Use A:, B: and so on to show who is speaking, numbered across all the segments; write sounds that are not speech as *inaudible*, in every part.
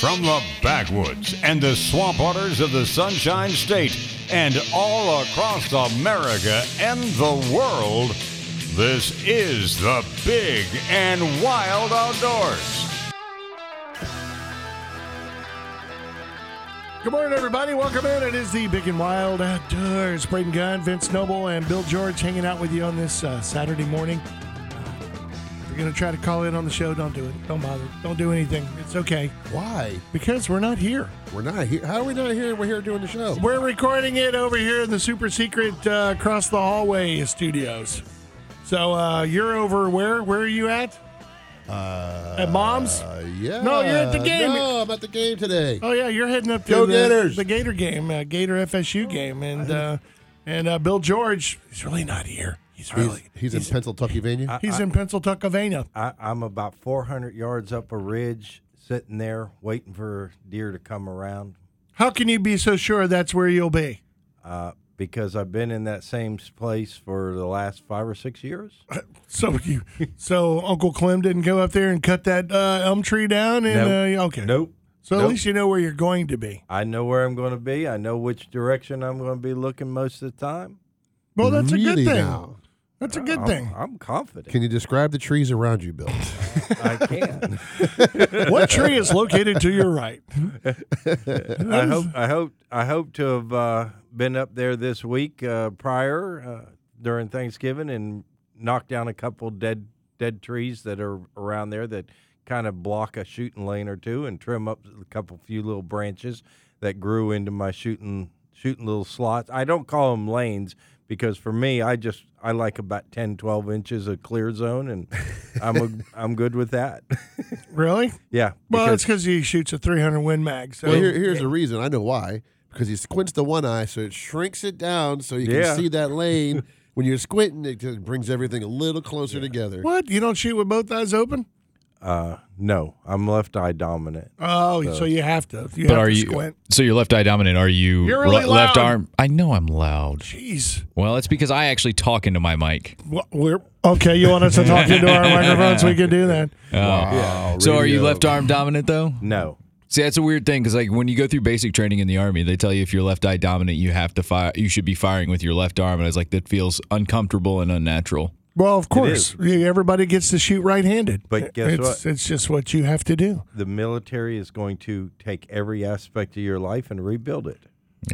A: From the backwoods and the swamp waters of the Sunshine State and all across America and the world, this is the Big and Wild Outdoors.
B: Good morning, everybody. Welcome in. It is the Big and Wild Outdoors. Braden Gunn, Vince Noble, and Bill George hanging out with you on this uh, Saturday morning. Uh, If you're going to try to call in on the show, don't do it. Don't bother. Don't do anything. It's okay
C: Why?
B: because we're not here.
C: We're not here. How are we not here? We're here doing the show.
B: We're recording it over here in the super secret uh, across the hallway studios. So uh, you're over where? Where are you at? Uh, at mom's?
C: Uh, yeah.
B: No, you're at the game.
C: No, I'm at the game today.
B: Oh yeah, you're heading up to
C: Go
B: the,
C: Gators.
B: the Gator game, uh, Gator FSU game, and uh, and uh, Bill George. He's really not here. He's
C: He's,
B: really
C: he's in Pennsylvania.
B: he's in Pennsylvania.
D: I, I'm about 400 yards up a ridge, sitting there waiting for deer to come around
B: How can you be so sure that's where you'll be? *laughs*
D: uh, because I've been in that same place for the last five or six years.
B: So you, so Uncle Clem didn't go up there and cut that uh, elm tree down, and
D: Nope.
B: uh, okay,
D: Nope.
B: So at
D: Nope.
B: least you know where you're going to be.
D: I know where I'm going to be. I know which direction I'm going to be looking most of the time.
B: Well, that's a
C: Really
B: good thing.
C: now.
B: That's a good
D: I'm,
B: thing.
D: I'm confident.
C: Can you describe the trees around
B: *laughs*
C: you, Bill?
D: I can.
B: what tree is located to your right?
D: I hope. I hope. I hope to have uh, been up there this week uh, prior uh, during Thanksgiving and knocked down a couple dead dead trees that are around there that kind of block a shooting lane or two and trim up a couple few little branches that grew into my shooting shooting little slots. I don't call them lanes because for me I just I like about 10 12 inches of clear zone
B: *laughs*
D: and I'm a, I'm good with that.
B: Really?
D: yeah.
B: Well,
D: because-
B: it's because he shoots a 300 Win Mag. So
C: well, here, here's the reason. I know why. Because he squints the one eye, so it shrinks it down, so you
D: Yeah.
C: can see
B: *laughs*
C: that lane. when you're squinting, it just brings everything a little closer together.
B: what? You don't shoot with both eyes open?
D: uh no, I'm left eye dominant.
B: Oh, so, you have to. You
E: But
B: have
E: are
B: to
E: you
B: squint.
E: so your left eye dominant? Are you
B: You're really
E: le- left
B: loud.
E: arm? I know I'm loud.
B: Jeez.
E: Well, it's because I actually talk into my mic.
B: Well, we're okay. You want us to talk into our microphones? We can do that. Oh.
C: Wow,
E: Uh, So are you
C: radio.
E: left arm dominant though?
D: No.
E: See, that's a weird thing because like when you go through basic training in the army, they tell you if you're left eye dominant, you have to fire. You should be firing with your left arm, and I was like, that feels uncomfortable and unnatural.
B: Well, of course, Yeah, everybody gets to shoot right-handed.
D: But guess
B: it's,
D: what?
B: It's just what you have to do.
D: the military is going to take every aspect of your life and rebuild it.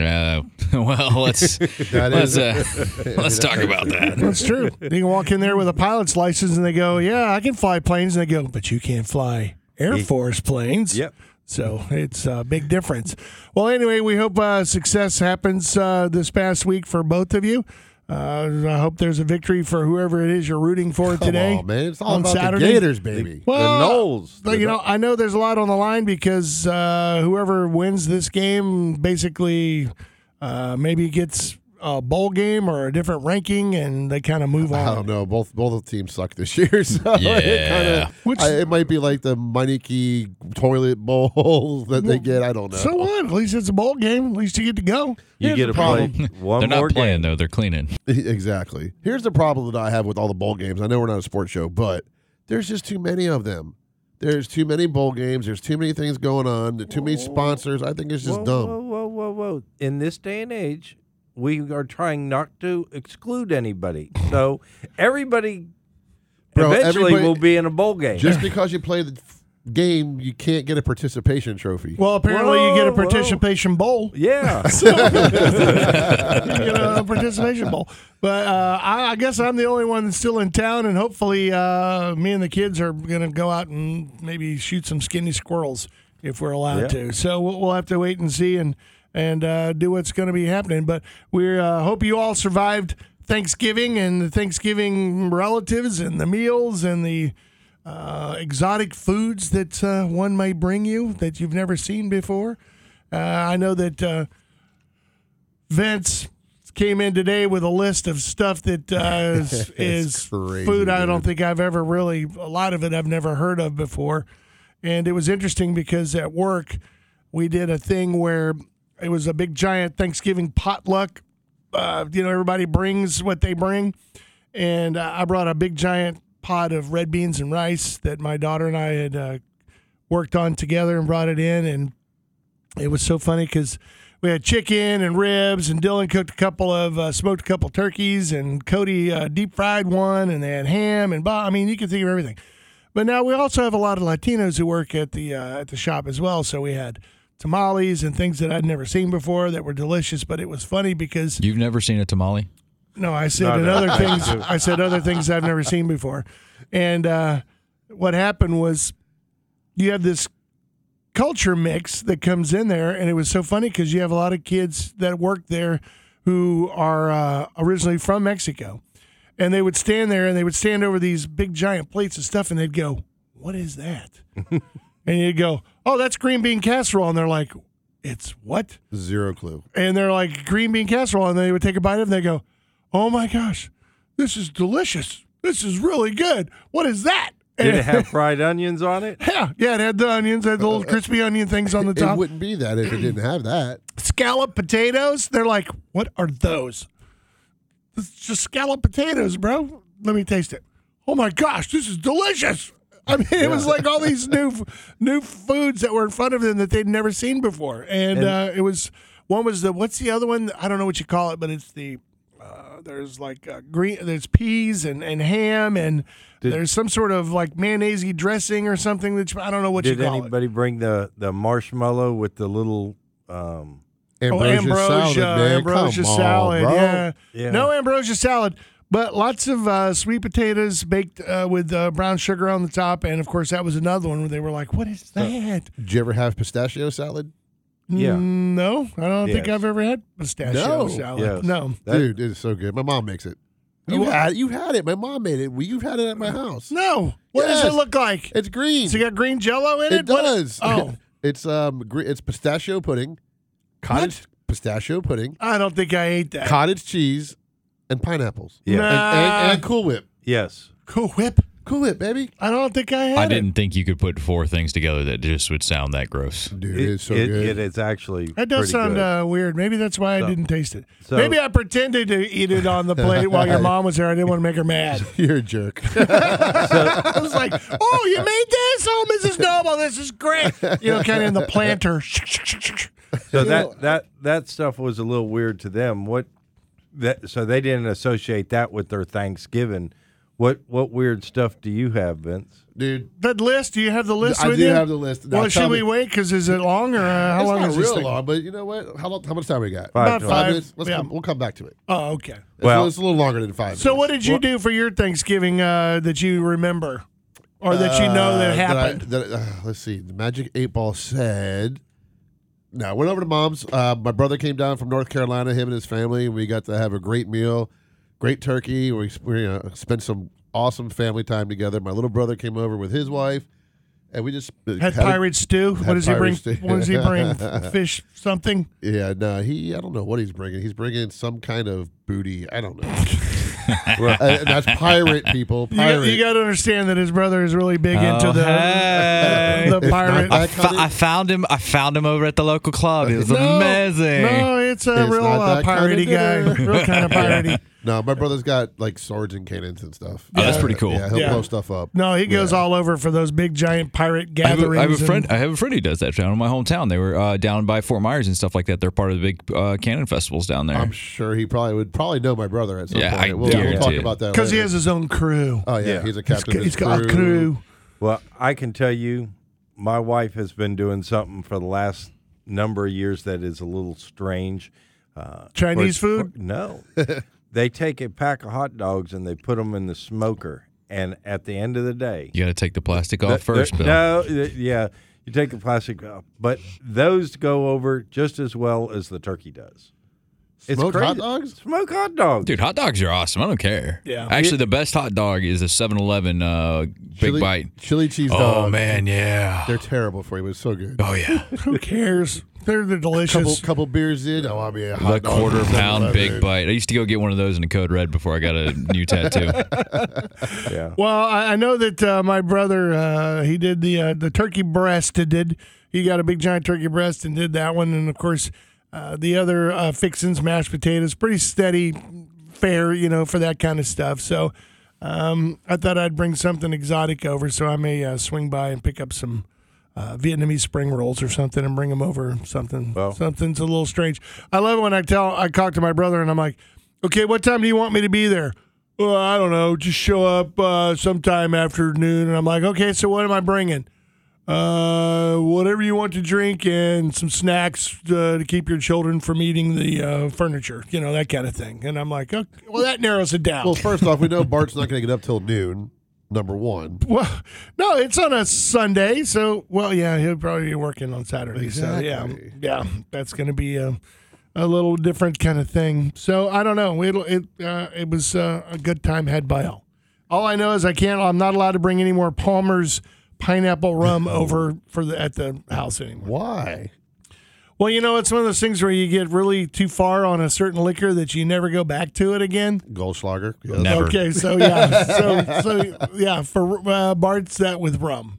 E: Uh, *laughs* well, let's
C: That is-
E: let's uh, *laughs* let's talk about that.
B: *laughs* That's true. you can walk in there with a pilot's license, and they go, "Yeah, I can fly planes," and they go, "But you can't fly Air Force planes."
D: Yep.
B: So it's a big difference. Well, anyway, we hope uh, success happens uh, this past week for both of you. Uh, I hope there's a victory for whoever it is you're rooting for
C: Come
B: today.
C: on, man. It's all
B: on
C: about
B: Saturday.
C: the Gators, baby.
B: Well,
D: the Knowles.
B: But, you know, I know there's a lot on the line because uh, whoever wins this game basically uh, maybe gets a bowl game or a different ranking, and they kind of move
C: I
B: on.
C: don't know. Both both of the teams suck this year. *laughs* So it,
E: Yeah.
C: kinda,
B: Which-
C: I, it might be like the Maniki toilet bowl *laughs* that they get. I don't know.
B: So what? At least it's a bowl game. At least you get to go.
D: you
C: here's
D: get
C: the
D: to
C: problem.
D: play
E: *laughs*
D: one
E: They're
D: more
E: not
D: game.
E: playing though; they're cleaning.
C: *laughs* exactly. Here's the problem that I have with all the bowl games. I know we're not a sports show, but there's just too many of them. There's too many bowl games. There's too many things going on. There are too many sponsors. I think it's just
D: whoa,
C: dumb.
D: Whoa, whoa, whoa, whoa! In this day and age, we are trying not to exclude
E: *laughs*
D: anybody. So everybody
C: Bro,
D: eventually
C: everybody-
D: will be in a bowl game.
C: Just because you play the f- game, you can't get a participation trophy.
B: Well, apparently you get a
D: Whoa, whoa.
B: participation bowl.
D: *laughs* yeah,
B: *laughs* you get a participation bowl. But uh, I, I guess I'm the only one that's still in town, and hopefully, uh, me and the kids are going to go out and maybe shoot some skinny squirrels if we're allowed
D: Yeah.
B: to. So we'll, we'll have to wait and see and and uh, do what's going to be happening. But we uh, hope you all survived Thanksgiving and the Thanksgiving relatives and the meals and the. Uh, exotic foods that uh, one may bring you that you've never seen before. Uh, I know that uh, Vince came in today with a list of stuff that uh, is, is
C: crazy,
B: food I don't think I've ever really, a lot of it I've never heard of before. And it was interesting because at work, we did a thing where it was a big giant Thanksgiving potluck. Uh, you know, everybody brings what they bring. And uh, I brought a big giant pot of red beans and rice that my daughter and I had uh, worked on together and brought it in. And it was so funny because we had chicken and ribs, and Dylan cooked a couple of uh, smoked a couple turkeys, and Cody uh, deep fried one, and they had ham and bah. I mean, you can think of everything. But now we also have a lot of Latinos who work at the uh, at the shop as well. So we had tamales and things that I'd never seen before that were delicious. But it was funny because
E: You've never seen a tamale?
B: no, I said and
D: no,
B: other
D: no,
B: things.
D: no.
B: I said other things I've never seen before, and uh, what happened was you have this culture mix that comes in there, and it was so funny because you have a lot of kids that work there who are uh, originally from Mexico, and they would stand there and they would stand over these big giant plates of stuff, and they'd go, "What is that?" and you'd go, "Oh, that's green bean casserole," and they're like, "It's what?"
C: Zero clue.
B: and they're like green bean casserole, and they would take a bite of it and they go, "Oh my gosh, this is delicious! This is really good! What is that?"
D: Did it
B: And-
D: have fried onions on it?
B: *laughs* yeah, yeah, it had the onions, had the
D: *laughs*
B: little crispy onion things on the
C: It
B: top,
C: wouldn't be that if it didn't have that.
B: scallop potatoes. They're like, "What are those?" It's just scallop potatoes, bro. Let me taste it. Oh my gosh, this is delicious! I mean, it was like all these new
D: *laughs*
B: new foods that were in front of them that they'd never seen before, and, uh, it was one was the what's the other one? I don't know what you call it, but it's the uh, there's like uh, green there's peas and, and ham and there's some sort of like mayonnaise dressing or something that you, I don't know *laughs* what
D: Did
B: you call it.
D: anybody bring the the marshmallow with the little? Um,
C: Ambrosia, salad, man.
B: Oh, ambrosia
C: Come on,
B: salad,
C: bro.
B: yeah.
D: Yeah.
B: No ambrosia salad, but lots of uh, sweet potatoes baked uh, with uh, brown sugar on the top, and of course that was another one where they were like, "What is that?"
C: Did you ever have pistachio salad?
D: yeah.
B: Mm, no, I don't think
D: Yes.
B: I've ever had pistachio
C: No.
B: salad.
D: Yes.
B: No,
D: That-
C: Dude, it's so good. My mom makes it. You
B: Well-
C: had you had it. My mom made it. We you had it
B: *laughs*
C: at my house.
B: no. What does
C: Yes.
B: it look like?
C: It's green.
B: It's got green Jello in it.
C: it does.
B: Oh.
C: *laughs* it's um gre- it's pistachio pudding, cottage pistachio pudding,
B: I don't think I ate that.
C: cottage cheese, and pineapples.
D: Yeah.
C: And, and,
B: Nah.
C: and Cool Whip.
D: Yes.
B: Cool Whip.
C: Cool Whip, baby.
B: I don't think I had
E: I
B: it.
E: didn't think you could put four things together that just would sound that gross.
C: Dude, it's so
D: it,
C: good.
D: it is actually.
B: That does
D: pretty
B: sound
D: good.
B: uh, weird. Maybe that's why I didn't taste it.
D: so-
B: Maybe I pretended to eat it on the plate while
D: *laughs*
B: your mom was there. I didn't want to make her mad.
C: *laughs* You're
B: *laughs*
C: a jerk. *laughs*
B: I was like, "Oh, you made this? Oh, Mrs. Noble, this is great." You know, kind of in the planter.
D: So that that that stuff was a little weird to them. What that so they didn't associate that with their Thanksgiving. What what weird stuff do you have, Vince?
C: Dude,
B: That list? Do you have the list?
C: I
B: with
C: do
B: you?
C: have the list. Now
B: well,
C: tell
B: should we
C: me-
B: wait? Because is it long or uh, how
C: it's
B: long
C: not
B: is this
C: real
B: thing?
C: long, but you know what? How, long, how much time we got?
D: Five
B: About
D: to
B: five.
C: minutes. Let's
B: yeah.
C: come, we'll come back to it.
B: Oh, okay.
C: It's,
D: Well-
C: well, it's a little longer than five.
B: So,
C: minutes.
B: what did you do for your Thanksgiving uh, that you remember, or that you know
C: Uh,
B: that
C: that I-
B: happened?
C: that- uh, let's see. The Magic Eight Ball said. No, I went over to mom's. Uh, my brother came down from North Carolina. Him and his family. We got to have a great meal, great turkey. We, we uh, spent some awesome family time together. My little brother came over with his wife, and we just uh,
B: had,
C: a-
B: pirate stew. What
C: had
B: does he bring?
C: pirate stew.
B: What does he
C: *laughs*
B: bring? Fish something.
C: yeah, no, he. I don't know what he's bringing. He's bringing some kind of booty.
B: *laughs*
C: I don't know. Uh, that's pirate people.
B: You got,
C: Pirate.
B: you got to understand that his brother is really big into the the
C: It's not
B: pirate.
C: that kind of-
E: found him. I found him over at the local club. It was
B: No, No, it's a
C: It's
B: real
C: not
B: uh,
C: that kind of
B: piratey guy.
C: dinner.
B: Real kind
C: *laughs*
B: of piratey.
C: No, my brother's got like swords and cannons and stuff.
E: Oh, that's pretty cool.
C: Yeah, he'll
B: Yeah.
C: blow stuff up.
B: No, he goes all over for those big giant pirate
E: I have, a,
B: gatherings.
E: I have a
B: and-
E: friend. I have a friend who does that down in my hometown. They were uh, down by Fort Myers and stuff like that. They're part of the big uh, cannon festivals down there.
C: I'm sure he probably would probably know my brother at some
E: Yeah,
C: point.
E: I
C: we'll, we'll talk
E: guarantee it.
C: about that
B: because he
C: later.
B: has his own crew.
C: Oh yeah,
D: Yeah.
C: he's a
B: He's
C: captain.
B: got,
C: of
B: he's
C: his
B: got a crew.
D: Well, I can tell you, my wife has been doing something for the last number of years that is a little strange. Uh,
B: Chinese
D: for-
B: food?
D: for- no, *laughs* they take a pack of hot dogs and they put them in the smoker, and at the end of the day,
E: you got to take the plastic off
D: Th-
E: first,
D: th-
E: Bill.
D: No, th- yeah, you take the plastic off, but those go over just as well as the turkey does.
C: Smoked hot dogs?
D: Smoke hot dogs.
E: Dude, hot dogs are awesome. I don't care.
B: Yeah.
E: Actually, the best hot dog is a 7-Eleven uh, big
C: Chili,
E: bite.
C: chili cheese
E: Oh
C: dog.
E: man, yeah.
C: they're terrible for you. But it's so good.
E: Oh yeah.
B: Who cares? They're the
C: Couple
B: delicious.
C: couple beers in. Oh, I mean, a
E: The
C: hot dog
E: quarter
C: is
E: pound big
C: better.
E: bite. I used to go get one of those in a code red before I got a new tattoo.
D: Yeah.
B: Well, I, I know that uh, my brother uh, he did the uh, the turkey breast. Did he got a big giant turkey breast and did that one, and of course uh, the other uh, fixins, mashed potatoes, pretty steady fare, you know, for that kind of stuff. So um, I thought I'd bring something exotic over, so I may uh, swing by and pick up some uh, Vietnamese spring rolls or something and bring them over. Something,
D: Wow.
B: something's a little strange. I love it when I tell, I talk to my brother and I'm like, okay, what time do you want me to be there? Well, I don't know. Just show up uh, sometime after noon. And I'm like, okay, so what am I bringing? Uh, whatever you want to drink and some snacks uh, to keep your children from eating the uh, furniture, you know, that kind of thing. And I'm like, okay, well, that narrows it down.
C: Well, first off, we know Bart's not going to get up till noon. Number one.
B: Well, no, it's on a Sunday, so well, yeah, he'll probably be working on Saturday. So
C: Exactly.
B: yeah, yeah, that's going to be a, a little different kind of thing. So I don't know. It it uh, it was uh, a good time had by all. All I know is I can't. I'm not allowed to bring any more Palmer's pineapple rum over for the at the house anymore.
C: Why?
B: Well, you know, it's one of those things where you get really too far on a certain liquor that you never go back to it again.
C: Goldschlager. Yeah.
E: Never.
B: Okay, so yeah, so, so yeah, for uh, Bart's that with rum.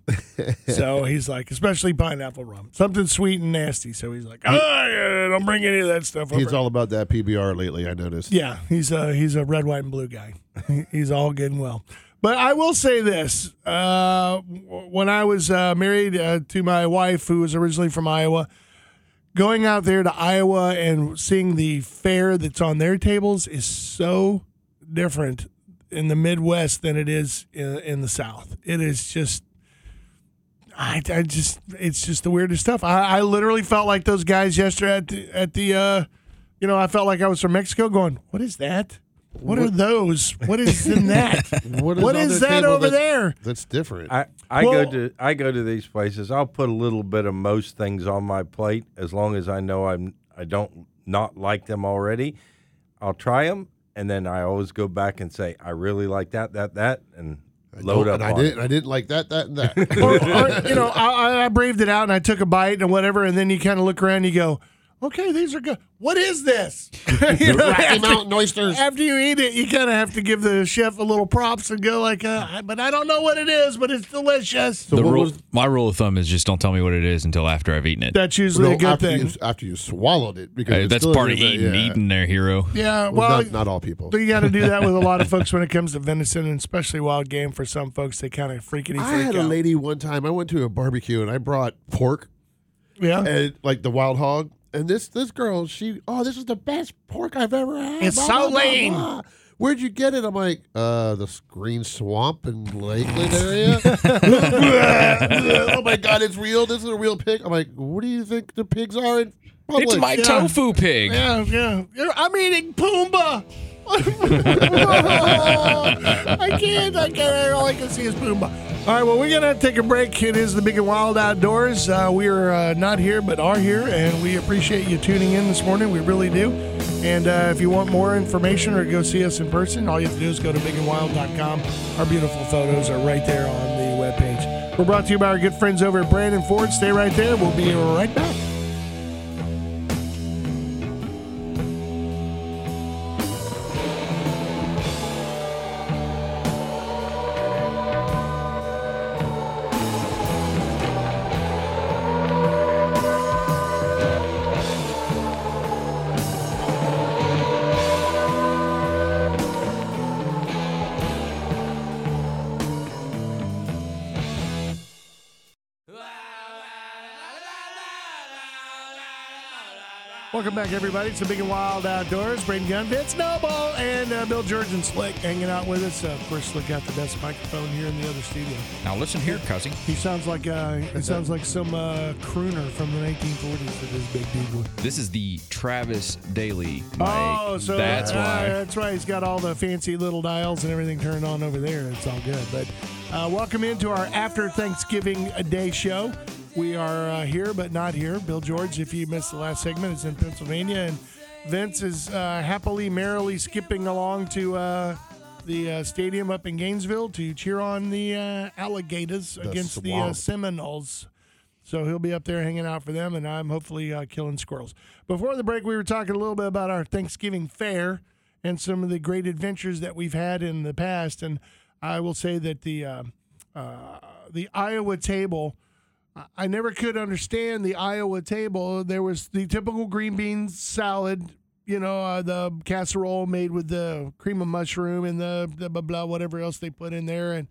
B: So he's like, especially pineapple rum, something sweet and nasty. So he's like, ah, yeah, don't bring any of that stuff.
C: He's
B: over."
C: all about that PBR lately. I noticed.
B: yeah, he's a he's a red, white, and blue guy. he's all good and well. But I will say this: uh, w- when I was uh, married uh, to my wife, who was originally from Iowa, going out there to Iowa and seeing the fare that's on their tables is so different in the Midwest than it is in, in the South. It is just, I, I just, it's just the weirdest stuff. I, I literally felt like those guys yesterday at the, at the, uh, you know, I felt like I was from Mexico going, what is that? What, are those? What is in
C: *laughs*
B: that? what
C: on
B: is
C: their
B: that
C: table
B: over
C: that's-
B: there?
C: *laughs* That's different.
D: I, I
B: Well-
D: go to I go to these places. I'll put a little bit of most things on my plate as long as I know I'm I don't not like them already. I'll try them, and then I always go back and say I really like that, that, that, and load
C: Oh,
D: up.
C: and I
D: on it.
C: didn't. I didn't like that. That and
B: *laughs*
C: that.
B: or,
C: *laughs*
B: or, you know, I, I- I braved it out and I took a bite and whatever, and then you kind of look around and you go, okay, these are good. What is this? *laughs* You know,
C: Rocky
B: after,
C: Mountain oysters.
B: after you eat it, you kind of have to give the chef a little props and go like, uh, I- but I don't know what it is, but it's delicious.
E: The
C: what
E: rule,
C: was-
E: my rule of thumb is just don't tell me what it is until after I've eaten it.
B: That's usually
C: No,
B: a good
C: after
B: thing.
C: You, after you swallowed it, because
E: Hey,
C: it's
E: that's
C: still
E: part of
C: in your-
E: eating.
C: yeah.
E: Eating there, hero.
B: yeah,
C: Well,
B: well,
C: not, not all people.
B: but *laughs* you got to do that with a lot
C: *laughs*
B: of folks when it comes to venison and especially wild game. For some folks, they kind of freakity freak
C: I had a
B: out.
C: lady one time. I went to a barbecue and I brought pork
B: yeah,
C: and like the wild hog. And this this girl, she oh, this is the best pork I've ever had.
B: It's so lean.
C: Where'd you get it? I'm like, uh, the green swamp in Lakeland area.
B: *laughs*
C: oh my god, it's real. This is a real pig. I'm like, what do you think the pigs are in public?
E: It's my
B: Yeah.
E: tofu pig.
B: Yeah, yeah. You're- I'm eating Pumbaa. *laughs* I can't. I can't. All I can see is Pumbaa. All right. Well, we're gonna take a break. It is the Big and Wild Outdoors. Uh, we are uh, not here, but are here, and we appreciate you tuning in this morning. We really do. And uh, if you want more information or go see us in person, all you have to do is go to bigandwild.com. Our beautiful photos are right there on the webpage. We're brought to you by our good friends over at Brandon Ford. Stay right there. We'll be right back. Welcome back, everybody. It's the Big and Wild Outdoors. Braden Gunn, Vince Noble, and uh, Bill George and Slick hanging out with us. Uh, of course, Slick got the best microphone here in the other studio.
E: Now listen here, cousin.
B: He sounds like uh, he sounds like some uh, crooner from the 1940s with his big dude. voice.
E: This is the Travis Daily mic.
B: Oh, so
E: that's
B: uh,
E: why.
B: That's right. He's got all the fancy little dials and everything turned on over there. It's all good. But uh, welcome into our after Thanksgiving Day show. We are uh, here, but not here. Bill George, if you missed the last segment, is in Pennsylvania, and Vince is uh, happily, merrily skipping along to. Uh, the uh, stadium up in Gainesville to cheer on the uh, alligators against the uh,
C: swamp.
B: Seminoles. So he'll be up there hanging out for them, and I'm hopefully uh, killing squirrels. Before the break, we were talking a little bit about our Thanksgiving fair and some of the great adventures that we've had in the past. And I will say that the uh, uh, the Iowa table, I- I never could understand the Iowa table. There was the typical green bean salad, you know, uh, the casserole made with the cream of mushroom and the, the blah blah whatever else they put in there, and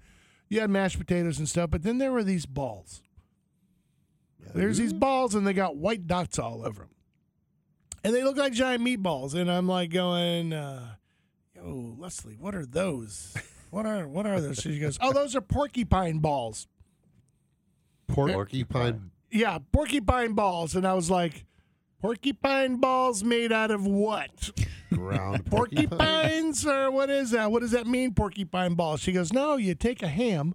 B: you had mashed potatoes and stuff. But then there were these balls There's these balls, and they got white dots all over them, and they look like giant meatballs. And I'm like going, uh, "Yo, Leslie, what are those? What are what are those?" She goes, "Oh, those are porcupine balls."
C: Porcupine.
B: yeah, porcupine balls. And I was like, porcupine balls made out of what?
C: Ground *laughs*
B: Porcupines or what is that? What does that mean, porcupine balls? She goes, no, you take a ham,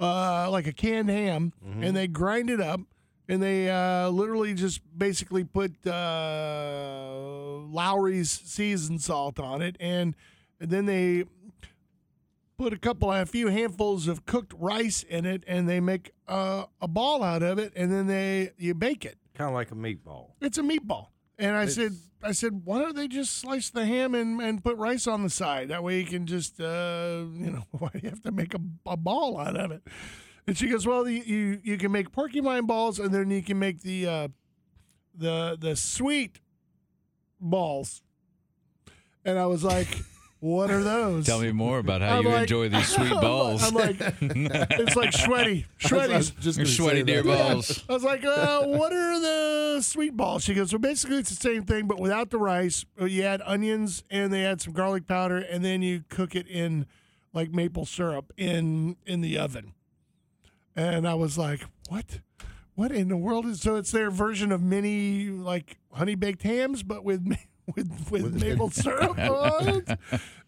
B: uh, like a canned ham, and they grind it up. And they uh, literally just basically put uh, Lowry's seasoned salt on it, and then they put a couple, a few handfuls of cooked rice in it, and they make uh, a ball out of it, and then they you bake it.
D: Kind of like a meatball.
B: It's a meatball. And I said, I said, why don't they just slice the ham and, and put rice on the side? That way you can just, uh, you know, *laughs* why do you have to make a, a ball out of it? And she goes, well, you, you you can make porcupine balls, and then you can make the uh, the the sweet balls. And I was like, what are those?
E: Tell me more about how
B: I'm
E: you
B: like-
E: enjoy these sweet
B: *laughs*
E: balls.
B: I'm like, it's
E: *laughs*
B: like shreddy, shreddy's.
C: just
E: Your
C: gonna
E: sweaty
C: say
E: deer
C: that.
E: balls.
B: I was like, uh, what are the sweet balls? She goes, well, basically it's the same thing, but without the rice. Uh, You add onions and they add some garlic powder, and then you cook it in like maple syrup in in the oven. And I was like, what? What in the world is so? It's their version of mini like honey baked hams, but with ma- *laughs* with with maple syrup on it.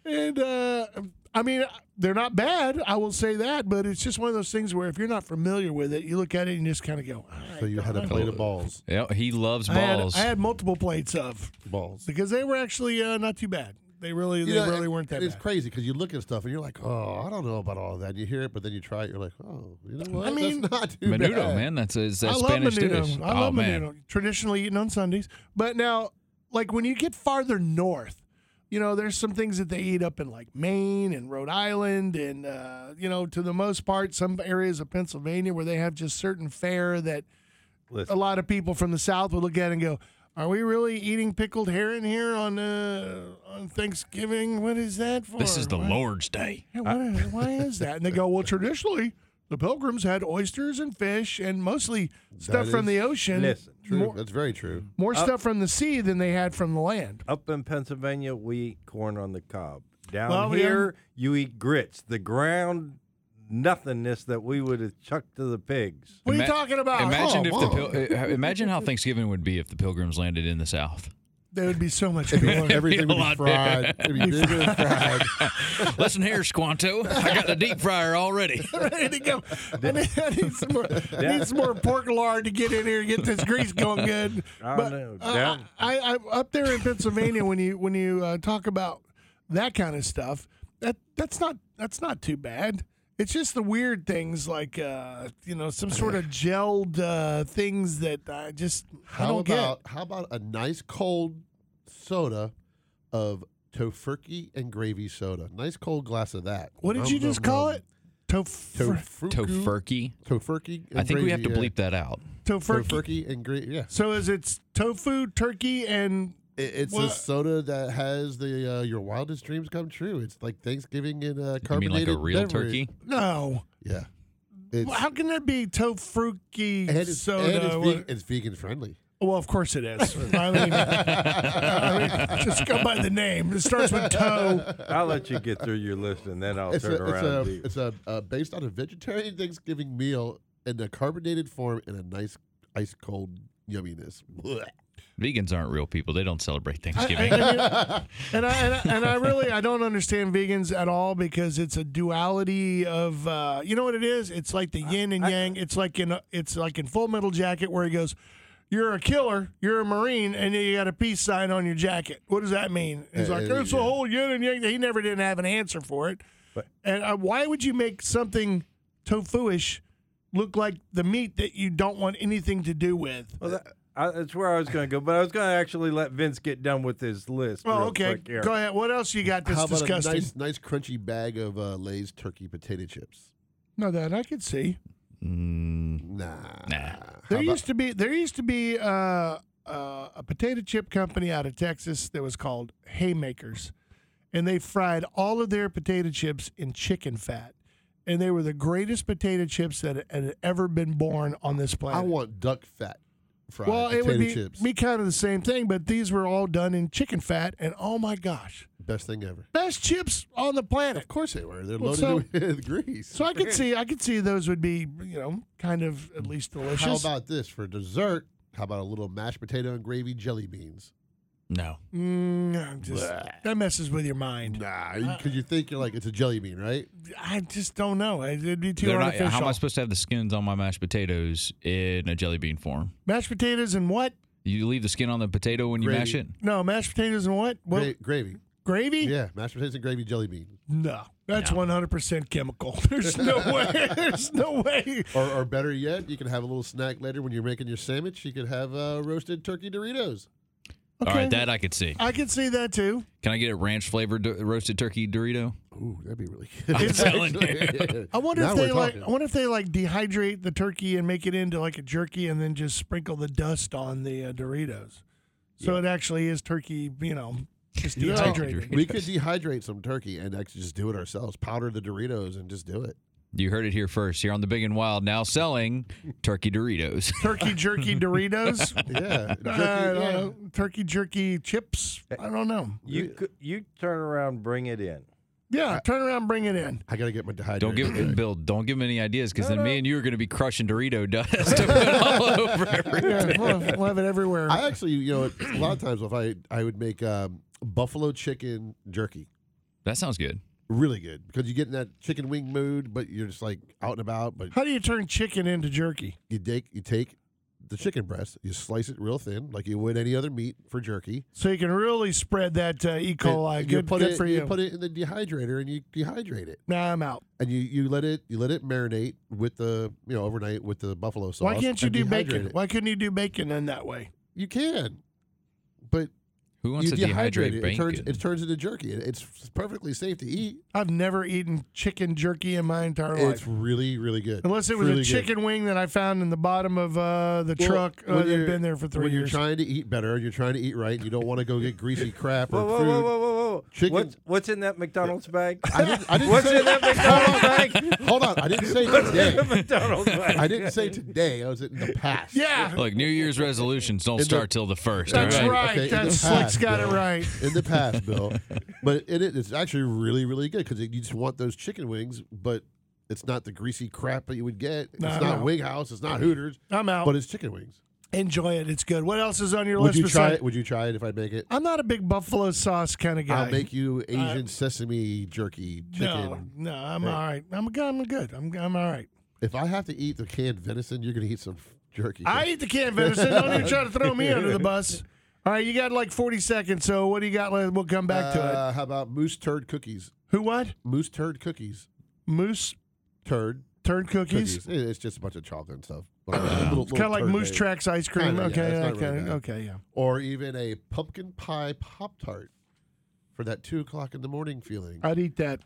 B: And uh, I mean, they're not bad. I will say that, but it's just one of those things where if you're not familiar with it, you look at it and you just kind of go, "All right."
C: So you had a plate of balls.
E: Yeah, he loves
B: I had,
E: balls.
B: I had multiple plates of
C: Balls.
B: because they were actually uh, not too bad. They really, they
C: You know,
B: really
C: and-
B: weren't that
C: and It's
B: bad.
C: crazy because you look at stuff and you're like, oh, I don't know about all that. You hear it, but then you try it, you're like, oh, you know what?
B: mean,
C: That's not too
E: menudo,
C: bad.
E: man. That's a, is that
B: I
E: Spanish
B: love menudo.
E: dish.
B: I
E: oh
B: love
E: man,
B: menudo. Traditionally eaten on Sundays, but now, like when you get farther north, you know there's some things that they eat up in like Maine and Rhode Island, and uh, you know to the most part, some areas of Pennsylvania where they have just certain fare that a
D: Listen,
B: lot of people from the South would look at and go, "Are we really eating pickled herring here on uh, on Thanksgiving? What is that for?
E: this is the
B: Why-
E: Lord's day.
B: *laughs* yeah, why, why is that? And they go, well, traditionally, the pilgrims had oysters and fish and mostly stuff
C: That
B: from the
C: is-
B: ocean.
D: listen,
C: True.
B: More,
C: That's very true.
E: *laughs*
B: more stuff from the sea than they had from the land.
D: up in Pennsylvania, we eat corn on the cob. Down
B: Well, yeah.
C: um,
D: here, you eat grits, the ground nothingness that we would have chucked to the pigs.
B: What are you
E: Ima-
B: talking about?
C: Oh,
E: Imagine if
C: wow.
E: the pil- uh, imagine how Thanksgiving would be if the Pilgrims landed in the South.
B: There would be so
E: *laughs*
B: much cooler.
C: Everything
E: a
C: would be
E: lot
C: fried. It'd be bigger *laughs* and fried.
E: Listen here, Squanto. I got the deep
B: *laughs*
E: fryer already.
B: ready to go. I need, I need some more. I need some more pork lard to get in here and get this grease going good.
D: I
B: But,
D: know.
B: uh,
D: Down-
B: I, I up there in Pennsylvania when you when you uh, talk about that kind of stuff, that that's not that's not too bad. It's just the weird things like uh, you know some sort of gelled uh, things that I just I
C: How
B: don't
C: about how about a nice cold soda of tofurkey and gravy soda? Nice cold glass of
B: get.
C: that.
B: What did
C: Nom,
B: you
C: nom,
B: just call
C: nom.
B: it? Tof-
C: Tofurkey.
E: Tofurkey.
C: Tofurkey. and
E: I think we have to
C: gravy,
E: bleep that out.
C: yeah.
B: tofurkey.
C: tofurkey and gravy. Yeah,
B: So is it's tofu, turkey, and
C: It- it's
B: Well-
C: a soda that has the uh, your wildest dreams come true. It's like Thanksgiving in a
E: You mean
C: carbonated.
E: like a real
C: beverage.
E: turkey?
B: no.
C: Yeah, it's
B: Well, how can that be tofuki
C: and it's,
B: soda?
C: and it's,
B: Well-
C: vegan, it's vegan
B: *laughs*
C: friendly. *laughs*
B: well, of course it is. I mean, *laughs* I mean, just go by the name. It starts with toe.
D: I'll let you get through your list and then I'll
C: it's
D: turn
C: a,
D: around. and
C: it's
D: leave.
C: a, it's a uh, based on a vegetarian Thanksgiving meal in a carbonated form in a nice ice cold yumminess. Blech.
E: Vegans aren't real people. They don't celebrate
B: I-
C: *laughs*
E: Thanksgiving.
B: I mean, and, I, and I and I really I don't understand vegans at all because it's a duality of uh, you know what it is. It's like the yin and yang. it's like in a, it's like in Full Metal Jacket where he goes. You're a killer. You're a marine, and then you got a peace sign on your jacket. What does that mean? It's like
C: uh,
B: it's a
C: yeah.
B: whole yin and yang. He never didn't have an answer for it. and uh, why would you make something tofu-ish look like the meat that you don't want anything to do with?
D: Well, that, I, that's where I was going to go, but I was going to actually let Vince get done with his list.
B: Oh,
D: real
B: okay.
D: quick here.
B: Go ahead. What else you got
C: How
B: that's
C: about
B: disgusting?
C: a nice, nice crunchy bag of uh, Lay's turkey potato chips?
B: no, that I could see.
C: Nah.
E: Nah.
B: There used to be there used to be uh, uh, a potato chip company out of Texas that was called Haymakers, and they fried all of their potato chips in chicken fat, and they were the greatest potato chips that had ever been born on this planet.
C: I want duck fat fried
B: well, it
C: potato
B: would be
C: chips.
B: me kind of the same thing, but these were all done in chicken fat, and oh my gosh,
C: Best thing ever.
B: best chips on the planet.
C: Of course they were. They're
B: Well,
C: loaded
B: so-
C: *laughs* with grease.
B: So I could see, I could see those would be, you know, kind of at least
C: how
B: delicious.
C: about this for dessert? How about a little mashed potato and gravy jelly beans?
E: No.
B: Mm, I'm just- that messes with your mind.
C: Nah, because Ah, you think you're like it's a jelly bean, right?
B: I just don't know. It'd be too
E: They're not,
B: artificial.
E: how am I supposed to have the skins on my mashed potatoes in a jelly bean form?
B: mashed potatoes and what?
E: You leave the skin on the potato when you
C: Gravy.
E: mash it?
B: No, mashed potatoes and what? What
C: Gra- gravy.
B: gravy?
C: Yeah, mashed potatoes and gravy jelly beans,
B: No, that's one hundred percent chemical. *laughs* There's no way. There's no way.
C: or, or better yet, you can have a little snack later when you're making your sandwich. You could have uh, roasted turkey Doritos.
E: All
B: Okay.
E: right, that I could see.
B: I can see that too.
E: Can I get a ranch flavored do- roasted turkey Dorito?
C: Ooh, that'd be *laughs* really good.
E: I'm telling you.
C: *laughs*
B: I wonder
C: Now
B: if
C: we're
B: they like.
C: talking.
B: I wonder if they like dehydrate the turkey and make it into like a jerky, and then just sprinkle the dust on the uh, Doritos, so it actually is turkey. You know, just
C: You know, *laughs*
B: dehydrated.
C: we could dehydrate some turkey and actually just do it ourselves. Powder the Doritos and just do it.
E: You heard it here first. Here on the Big and Wild, now selling
C: *laughs*
E: turkey Doritos.
B: turkey jerky Doritos. *laughs*
C: Yeah, Eh,
B: I don't know. Turkey jerky chips. I don't know.
D: You cou- you turn around, bring it in.
B: Yeah, turn around, bring it
C: *laughs*
B: in.
C: I gotta get my dehydrator.
E: Don't give Bill. Don't give him any ideas, because then me and you are going to be crushing Dorito dust *laughs* to put
C: *laughs*
E: all over everything.
B: Yeah, we'll, we'll have it everywhere.
C: I actually, you know, *clears throat* a lot of times if I I would make um, buffalo chicken jerky.
E: That sounds good.
C: really good because you get in that chicken wing mood, but you're just like out and about. But
B: How do you turn chicken into jerky?
C: you take you take the chicken breast, you slice it real thin, like you would any other meat for jerky.
B: So you can really spread that uh, E.
C: And
B: coli.
C: you
B: Good,
C: put
B: good
C: it,
B: for you.
C: put it in the dehydrator and you dehydrate it,
B: nah, I'm out.
C: and you you let it you let it marinate with the you know overnight with the buffalo sauce.
B: Why can't you
C: and
B: do
C: dehydrate
B: bacon?
C: it.
B: Why couldn't you do bacon in that way?
C: You can, but
E: Who
C: you
E: wants to
C: dehydrate
E: dehydrate
C: it. It turns,
E: bacon?
C: it turns into jerky. It- it's perfectly safe to eat.
B: I've never eaten chicken jerky in my entire life.
C: It's really really good.
B: Unless it was
C: Really
B: a
C: good.
B: chicken wing that I found in the bottom of uh, the
C: Well,
B: truck uh,
C: when
B: that had
C: you're-
B: been there for three
C: when
B: years.
C: You're trying to eat better. You're trying to eat right. You don't want to go get greasy crap
D: Whoa,
C: or
D: whoa,
C: food.
D: whoa, whoa, whoa, whoa!
C: Chicken-
D: What's what's in that McDonald's bag?
C: I didn't, I didn't
D: *laughs* What's
C: say,
D: in that McDonald's bag?
C: *laughs* Hold on. I didn't say
D: *laughs*
C: today.
D: McDonald's bag.
C: I didn't say today. I was in the past. *laughs*
B: yeah,
E: Look,
B: *laughs*
E: New Year's resolutions don't
C: the-
E: start till the first.
B: that's
E: all
B: right.
E: right?
C: Okay, in
B: that's
C: the
B: Slick's
C: past,
B: got it
C: Bill.
B: right.
C: In the past, Bill. But it, it- it's actually really, really good because you just want those chicken wings, but it's not the greasy crap that you would get. It's
B: No,
C: not
B: no.
C: Wing House. It's not Hooters.
B: I'm out.
C: But it's chicken wings.
B: Enjoy it. It's good. What else is on your
C: Would
B: list?
C: you try
B: besides-
C: it? Would you try it if I make it?
B: I'm not a big buffalo sauce kind of guy.
C: I'll make you Asian sesame jerky chicken.
B: Uh, no, no, I'm all right. I'm good. I'm good. I'm, I'm all right.
C: If I have to eat the canned venison, you're going to eat some f- jerky.
B: I eat the canned venison. Don't even try to throw me
C: *laughs*
B: under the bus. All right, you got like 40 seconds, so what do you got? We'll come back to it.
C: Uh, How about moose turd cookies?
B: Who what?
C: Moose turd cookies.
B: Moose
C: Turd
B: turd cookies?
C: cookies. It- It's just a bunch of chocolate and stuff.
B: *coughs*
C: uh, Little-
B: Kind of
C: little
B: like
C: turd
B: Moose
C: made.
B: Tracks ice cream.
C: Kinda, yeah,
B: okay,
C: it's not
B: okay,
C: really bad.
B: okay, yeah.
C: Or even a pumpkin pie Pop Tart for that two o'clock in the morning feeling.
B: I'd eat that.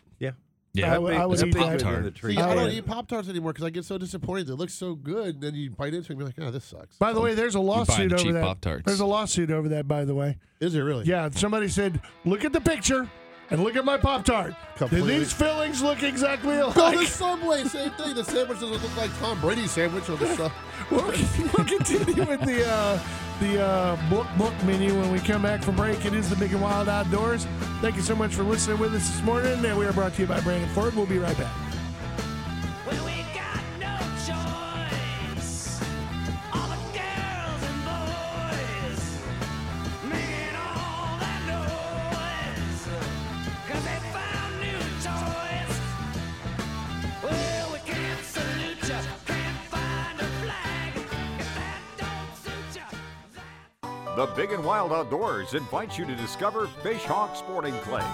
D: Yeah,
B: I would- I would
E: It's a
B: eat that.
E: Pop-Tart.
D: In the tree.
C: See, I don't
B: yeah.
C: eat Pop Tarts anymore because I get so disappointed. It looks so good. And then you bite into it and be like, oh, this sucks.
B: By the way, there's a lawsuit
E: the
B: over
E: cheap
B: that.
E: Pop-Tarts.
B: There's a lawsuit over that, by the way.
C: Is it really?
B: Yeah, somebody said, look at the picture and look at my Pop Tart. Do
C: Completely.
B: these fillings look exactly
C: Go
B: *laughs* alike?
C: to Subway, same thing. The sandwich doesn't look like Tom Brady's sandwich on the
B: *laughs*
C: stuff.
B: We'll, we'll continue with the uh, the uh, book book menu when we come back from break. It is the Big and Wild Outdoors. Thank you so much for listening with us this morning, and we are brought to you by Brandon Ford. We'll be right back.
F: Well, we got no choice. All the girls and boys making all that noise. 'Cause they found new toys. Well, we can't salute ya, can't find a flag. If that don't suit ya, that.
A: The Big and Wild Outdoors invites you to discover Fishhawk Sporting Clays.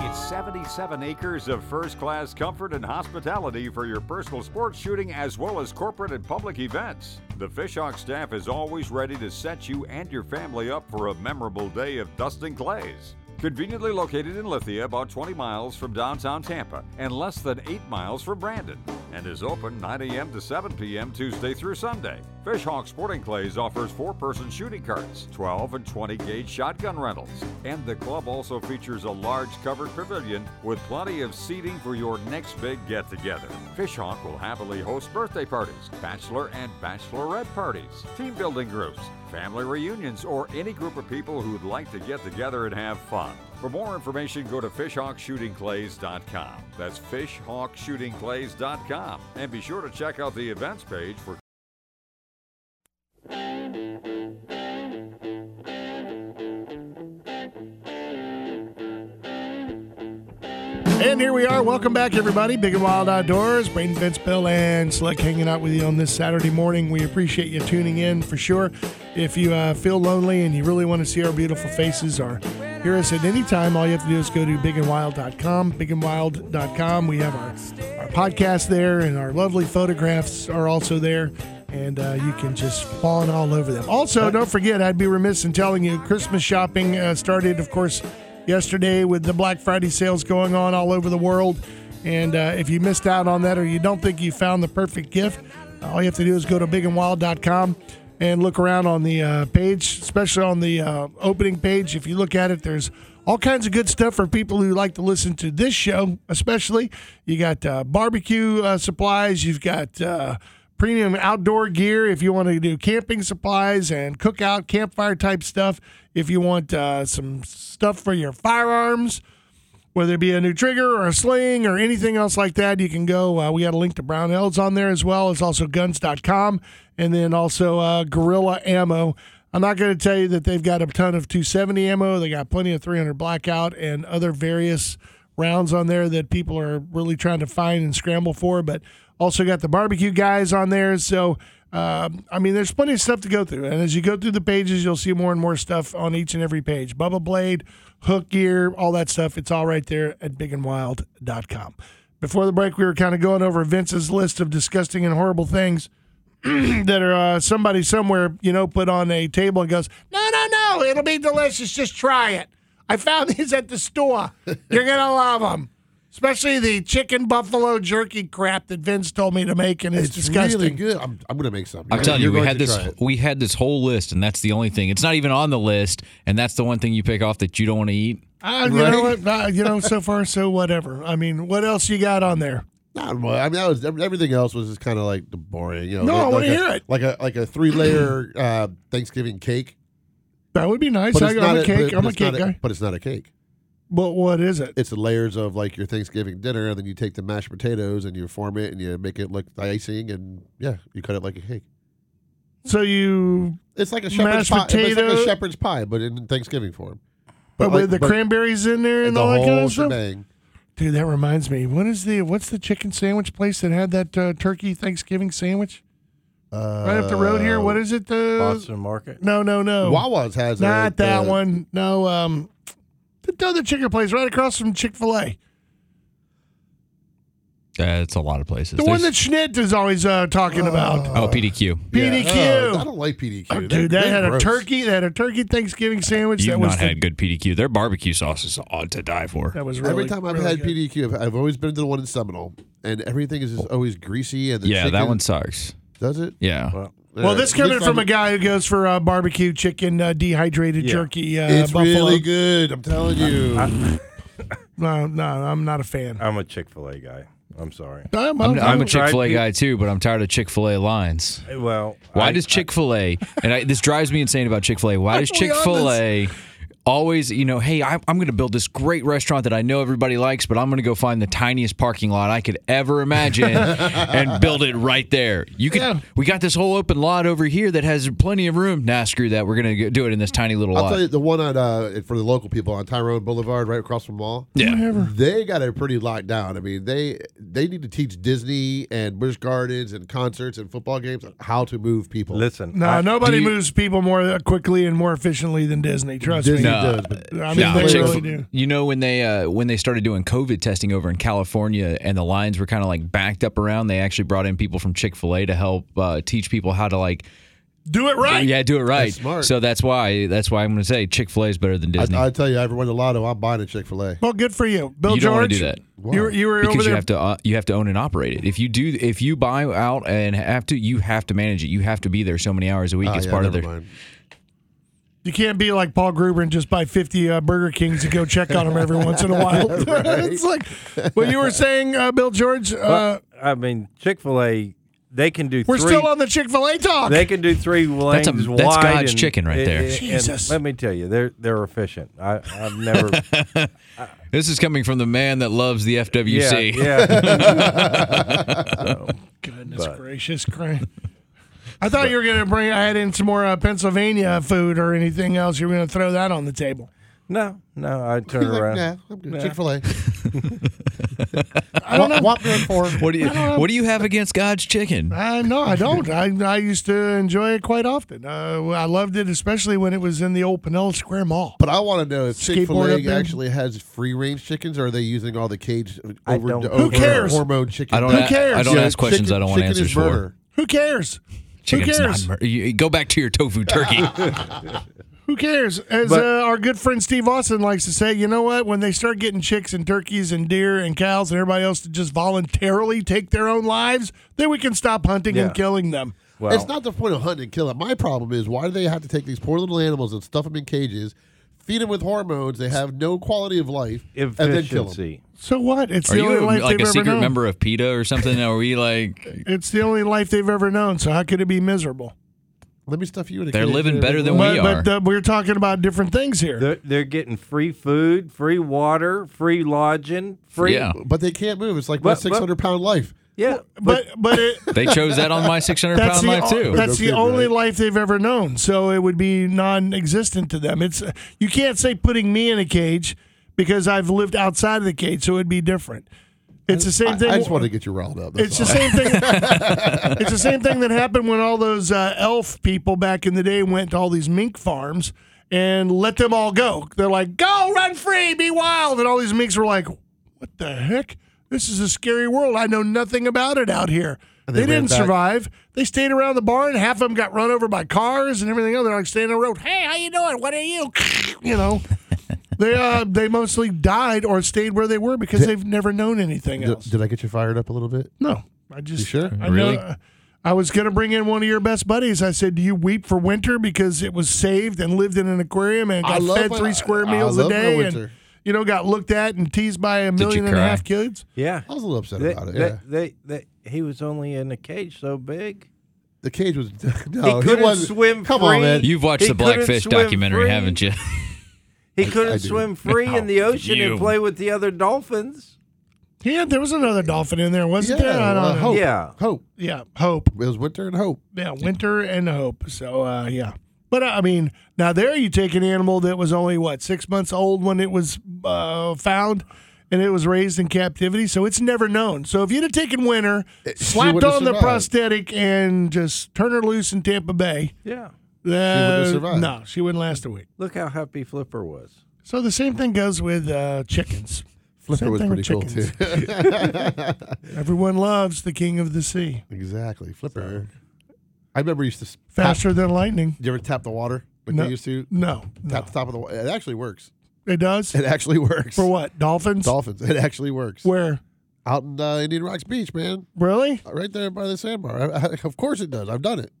A: It's 77 acres of first class comfort and hospitality for your personal sports shooting as well as corporate and public events. The Fishhawk staff is always ready to set you and your family up for a memorable day of dusting clays. Conveniently located in Lithia, about 20 miles from downtown Tampa and less than 8 miles from Brandon. and is open 9 a.m. to 7 p.m. Tuesday through Sunday. Fishhawk Sporting Clays offers four person shooting carts, 12 and 20 gauge shotgun rentals, and the club also features a large covered pavilion with plenty of seating for your next big get together. Fishhawk will happily host birthday parties, bachelor and bachelorette parties, team building groups, family reunions, or any group of people who'd like to get together and have fun. For more information, go to fishhawkshootingclays.com. That's fishhawkshootingclays.com. And be sure to check out the events page for
B: And here we are. Welcome back, everybody. Big and Wild Outdoors. Braden Fitz, Bill, and Slick hanging out with you on this Saturday morning. We appreciate you tuning in for sure. If you uh, feel lonely and you really want to see our beautiful faces or hear us at any time, all you have to do is go to bigandwild.com. Bigandwild.com. We have our, our podcast there, and our lovely photographs are also there. And uh, you can just fawn all over them. Also, don't forget, I'd be remiss in telling you, Christmas shopping uh, started, of course, yesterday with the Black Friday sales going on all over the world. And uh, if you missed out on that or you don't think you found the perfect gift, all you have to do is go to bigandwild.com and look around on the uh, page, especially on the uh, opening page. If you look at it, there's all kinds of good stuff for people who like to listen to this show, especially. You got uh, barbecue uh, supplies, you've got. Uh, premium outdoor gear if you want to do camping supplies and cookout campfire type stuff if you want uh, some stuff for your firearms whether it be a new trigger or a sling or anything else like that you can go uh, we got a link to brownells on there as well it's also guns.com and then also uh, gorilla ammo i'm not going to tell you that they've got a ton of 270 ammo they got plenty of 300 blackout and other various rounds on there that people are really trying to find and scramble for. But also got the barbecue guys on there. So, um, I mean, there's plenty of stuff to go through. And as you go through the pages, you'll see more and more stuff on each and every page Bubba Blade, Hook Gear, all that stuff. It's all right there at bigandwild.com. Before the break, we were kind of going over Vince's list of disgusting and horrible things *clears throat* that are uh, somebody somewhere, you know, put on a table and goes, no, no, no, it'll be delicious. Just try it. I found *laughs* these at the store. You're gonna love them, especially the chicken buffalo jerky crap that Vince told me to make, and it's,
C: It's
B: disgusting.
C: really good. I'm, I'm going to make something.
E: I'm telling you,
C: You're
E: we
C: going
E: had
C: to
E: this
C: try it.
E: we had this whole list, and that's the only thing. It's not even on the list, and that's the one thing you pick off that you don't want to eat.
B: Uh, you know what? Uh, you know, so far, so whatever. I mean, what else you got on there?
C: Not much. I mean, that was everything else was just kind of like boring. You know,
B: No, I
C: like
B: wanna
C: a-
B: hear it.
C: Like a like a three layer uh, Thanksgiving cake.
B: That would be nice. I, I'm a cake.
C: but
B: I'm a
C: it's not
B: cake guy.
C: But it's not a cake.
B: But what is it?
C: It's the layers of like your Thanksgiving dinner, and then you take the mashed potatoes and you form it and you make it look the icing, and yeah, you cut it like a cake.
B: So you,
C: It's like a
B: Mashed
C: shepherd's pie. but It's like
B: potato.
C: a shepherd's pie, but in Thanksgiving form.
B: but,
C: like-
B: with the cranberries in there and
C: the
B: all that
C: whole
B: kind of stuff.
C: shebang.
B: Dude, that reminds me. What is the what's the chicken sandwich place that had that uh, turkey Thanksgiving sandwich right up the road here?
C: Uh,
B: What is it? The
D: Boston market.
B: no, no, no.
C: Wawa's has a-
B: Not that
C: the-
B: one. No, um, the other chicken place right across from Chick Fil A.
E: That's Uh, a lot of places.
B: The one that
E: There's-
B: Schnitt is always uh, talking about. E
E: oh PDQ.
C: Yeah.
B: PDQ.
C: Oh, I don't like PDQ.
B: Dude,
C: They're-
B: that had
C: they're
B: a
C: gross.
B: turkey. That had a turkey Thanksgiving sandwich.
E: You've
B: that was
E: not
B: the-
E: had good PDQ. Their barbecue sauce is odd to die for.
B: *laughs* that was really,
C: every time I've
B: really
C: had
B: good.
C: PDQ, I've, I've always been to the one in Seminole, and everything is just always greasy. And the
E: Yeah, that
C: chicken-
E: one sucks.
C: does it.
E: Yeah.
B: Well, this
C: Uh,
B: coming from a
C: one-
B: guy who goes for uh, barbecue chicken, uh, dehydrated
D: Yeah.
B: jerky, uh,
C: It's
B: buffalo.
C: really good. I'm telling you.
B: No, no, I'm not a fan.
D: I'm a Chick Fil A guy. I'm sorry.
B: I'm,
E: I'm, I'm a
D: I've tried
E: Chick Fil A
D: pe-
E: guy too, but I'm tired of Chick Fil A lines.
D: Eh, Well,
E: Why
D: I-
E: does Chick Fil A and I, this drives me insane about Chick Fil A? Why does Chick Fil A always, you know, hey, I'm, I'm going to build this great restaurant that I know everybody likes, but I'm going to go find the tiniest parking lot I could ever imagine and build it right there. You could, we got this whole open lot over here that has plenty of room. Nah, screw that. We're going to do it in this tiny little
C: I'll
E: lot.
C: tell you the one on uh, for the local people on Tyrone Boulevard, right across from the mall.
E: yeah,
C: They got it pretty locked down. I mean, they they need to teach Disney and Busch Gardens and concerts and football games on how to move people.
D: Listen,
B: no,
D: I-
B: nobody
E: do you-
B: moves people more quickly and more efficiently than Disney. Trust
C: Disney
B: me.
E: No.
C: does, but
B: I mean,
E: No,
B: they
E: Chick-
B: really do.
E: you know when they uh, when they started doing COVID testing over in California and the lines were kind of like backed up around, they actually brought in people from Chick Fil A to help uh, teach people how to like
B: Do it right.
E: Yeah, do it right.
C: smart.
E: So that's why that's why I'm going to say Chick Fil A is better than Disney.
C: I, I tell you, I've won the lotto. I'm buying a Chick Fil A.
B: Well, good for you, Bill
E: you don't want
B: George.
E: to do that
B: You were, you were over
E: because
B: there.
E: you have to uh, you have to own and operate it. If you do, if you buy out and have to, you have to manage it. You have to be there so many hours a week.
B: Ah,
C: Oh,
E: it's part of their.
B: you can't be like Paul Gruber and just buy 50 uh, Burger Kings and go check on them every once in a
E: *laughs*
B: while. *laughs* it's like what you were saying, uh, Bill George. Uh,
D: I mean, Chick Fil A, they can do.
B: we're
D: three,
B: still on the Chick Fil A talk.
D: They can do three lanes
E: That's a-
D: wide.
E: that's God's
D: and-
E: chicken right there.
D: and- and
B: Jesus.
D: let me tell you, they're they're efficient. I, I've
E: *laughs*
D: never.
E: This is coming from the man that loves the
D: yeah,
E: FWC.
D: yeah.
B: Goodness gracious, Crane. I thought you were going to bring. I had in some more uh, Pennsylvania food or anything else. You were going to throw that on the table.
D: No, no. I turn around.
C: Chick Fil A.
B: I don't know.
E: *laughs* What do you
B: Um,
E: What do you have against God's chicken?
B: Uh, no, I don't. I, I used to enjoy it quite often. Uh, I loved it, especially when it was in the old Pinellas Square Mall.
C: But I want to know if Chick Fil
B: Skateboard up
C: A
B: there?
C: actually has free range chickens, or are they using all the caged
D: I
C: over,
D: don't-
C: over
D: Who
B: cares?
C: hormone chicken?
E: I don't.
B: Who
E: a-
B: cares?
E: I don't
B: Yeah,
E: ask questions
C: Chicken-
E: I don't want
C: chicken is
E: answers for.
C: murder.
B: Who cares?
E: Chicken's
B: Who cares?
E: not mur- you- you Go back to
B: *laughs*
E: your tofu turkey.
B: Who cares? As
D: But-
B: uh, our good friend Steve Austin likes to say, you know what? When they start getting chicks and turkeys and deer and cows and everybody else to just voluntarily take their own lives, then we can stop hunting
D: Yeah.
B: and killing them.
D: Well,
C: It's not the point of hunting and killing. My problem is why do they have to take these poor little animals and stuff them in cages, feed them with hormones? They have no quality of life, and then kill them.
D: efficiency.
B: So what? It's
E: Are
B: the only
E: you
B: life
E: like
B: they've
E: a
B: ever
E: secret
B: known.
E: member of PETA or something? Are we like
B: It's the only life they've ever known. So how could it be miserable?
C: Let me stuff you in a
E: They're
C: cage.
E: living better than
B: but
E: we are?
B: but uh, we're talking about different things here.
D: They're, they're getting free food, free water, free lodging, free.
E: yeah.
C: But they can't move. It's like
D: But-
C: my
D: but-
C: 600 pound life.
D: yeah.
B: but but it,
E: They chose that
B: *laughs*
E: on my 600
B: that's the,
E: pound life too.
B: that's
C: No
B: the
C: kid,
B: only
C: right?
B: life they've ever known. So it would be non-existent to them. It's you can't say putting me in a cage because I've lived outside of the cage, so it'd be different. It's the same
C: I,
B: thing.
C: I just want to get you riled up. That's
B: it's
C: all.
B: the same thing.
C: *laughs*
B: it's the same thing that happened when all those uh, elf people back in the day went to all these mink farms and let them all go. They're like, "Go run free, be wild," and all these minks were like, "What the heck? This is a scary world. I know nothing about it out here."
C: they
B: They,
C: ran
B: didn't
C: back.
B: survive. They stayed around the barn. Half of them got run over by cars and everything else. They're like standing on the road. Hey, how you doing? What are you? *laughs* You
C: *laughs*
B: know, they uh, they mostly died or stayed where they were because they've never known anything
C: *laughs* Did,
B: else.
C: did I get you fired up a little bit?
B: No, I just
C: You sure?
B: I
E: Really?
B: know- I was gonna bring in one of your best buddies. I said, "Do you weep for winter because it was saved and lived in an aquarium and
C: I
B: got
C: love
B: fed
C: my-
B: three square
C: I
B: meals
C: love
B: a
C: my
B: day and
C: winter.
B: you know got looked at and teased by a
E: you
B: million and a
E: cry?
B: half kids?"
D: Yeah.
C: I was a little upset
D: They-
C: about it.
D: they-
C: yeah.
D: they- they- he was only in a cage so big.
C: The cage was *laughs* no.
D: couldn't
C: wasn't-
D: swim
C: Come
D: free.
C: on, man.
E: You've watched
D: He
E: the
D: couldn't
E: Blackfish
D: swim
E: documentary,
D: free.
E: haven't you?
D: He
C: I
D: couldn't
C: do. *laughs*
D: swim free in the ocean
E: you.
D: and play with the other dolphins.
B: Yeah, there was another dolphin in there, wasn't
C: Yeah,
B: there? I
C: uh,
B: don't know.
C: Hope.
D: Yeah.
C: Hope.
B: Yeah, hope.
C: It was winter and hope.
B: Yeah, winter and hope. So uh, yeah, but uh, I mean, now there you take an animal that was only what six months old when it was uh, found, and it was raised in captivity, so it's never known. So if you'd have taken winter,
C: she
B: slapped on
C: wouldn't have
B: the
C: survived.
B: prosthetic, and just turn her loose in Tampa Bay,
D: Yeah.
B: uh,
C: survived.
B: no, she wouldn't last a week.
D: Look how happy Flipper
C: *laughs*
D: was.
B: So the same thing goes with uh, chickens.
C: Flipper
B: Same
C: was
B: thing
C: pretty
B: with
C: cool too.
B: chickens. *laughs* Everyone loves the king of the sea,
C: exactly. Flipper. I remember you used to s-
B: faster than lightning.
C: Tap, you ever tap the water? Like
B: No.
C: they used to
B: No, no.
C: tap the top of the. wa- It actually works.
B: it does
C: It actually works.
B: for what dolphins?
C: Dolphins. It actually works.
B: Where
C: Out in uh, Indian Rocks Beach, man,
B: really?
C: right there by the sandbar. I, I, of course it does. I've done it.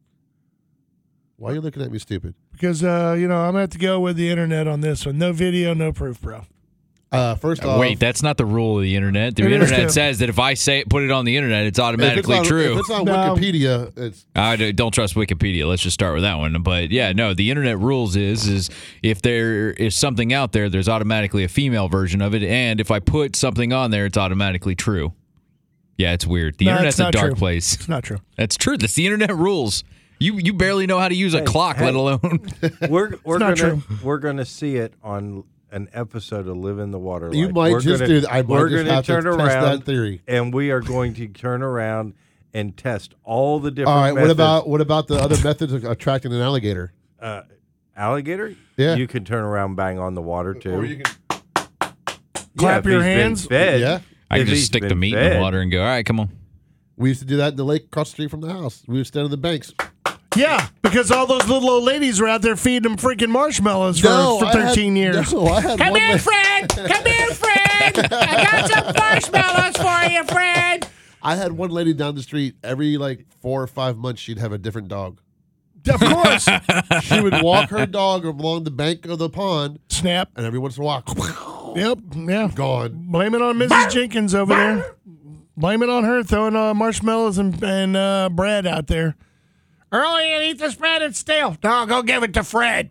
C: Why are you looking at me stupid?
B: because uh, you know I'm gonna have to go with the internet on this one. No video, no proof, bro.
C: Uh, first off,
E: Wait, that's not the rule of the internet. The
B: It is
E: internet
B: true.
E: says that if I say it, put it on the internet, it's
C: if it's
E: automatically
C: on-
E: true.
C: If it's on
B: No.
C: Wikipedia, it's
E: I d- don't trust Wikipedia. Let's just start with that one. But yeah, no, the internet rules is is if there is something out there, there's automatically a female version of it, and if I put something on there, it's automatically true. Yeah, it's weird. The
B: No,
E: internet's
B: it's
E: a
B: not
E: dark
B: true.
E: place. *laughs*
B: It's not true.
E: That's true. That's the internet rules. You you barely know how to use a clock, let
D: hey.
E: alone. *laughs*
D: We're we're
B: not
D: gonna
B: true.
D: we're gonna see it on an episode of Live in the Water.
C: You
D: Life.
C: might
D: We're
C: just
D: gonna-
C: do that. I might
D: we're
C: just
D: gonna
C: have to
D: turn
C: test
D: around
C: that theory.
D: and we are going to turn around and test all the different.
C: all right. What
D: methods.
C: about what about the other methods of attracting an alligator?
D: alligator?
C: Yeah.
D: you can turn around, and bang on the water too.
C: can
D: Yeah,
B: Clap
D: if
B: your
D: he's been
B: hands.
D: Fed,
C: Yeah.
E: I can
D: if
E: just
D: he's
E: stick the
D: been
E: meat in
D: fed.
E: the water and go. All right, come on.
C: We used to do that in the lake across the street from the house. We would stand on the banks.
B: Yeah, because all those little old ladies were out there feeding them freaking marshmallows for,
C: No,
B: for
C: I had-
B: 13 years.
C: *laughs* No, I had
G: Come
C: one
G: here,
C: la-
G: Fred! Come here, Fred! I got some marshmallows for you, Fred!
C: I had one lady down the street every like four or five months. She'd have a different dog.
B: Of course. *laughs*
C: She would walk her dog along the bank of the pond,
B: Snap.
C: and every once in a while, *laughs*
B: Yep. Yeah.
C: gone.
B: Blame it on Mrs. Jenkins over there. Blame it on her throwing uh, marshmallows and, and uh, bread out there.
G: Early and eat this bread, it's stale. No, go give it to Fred.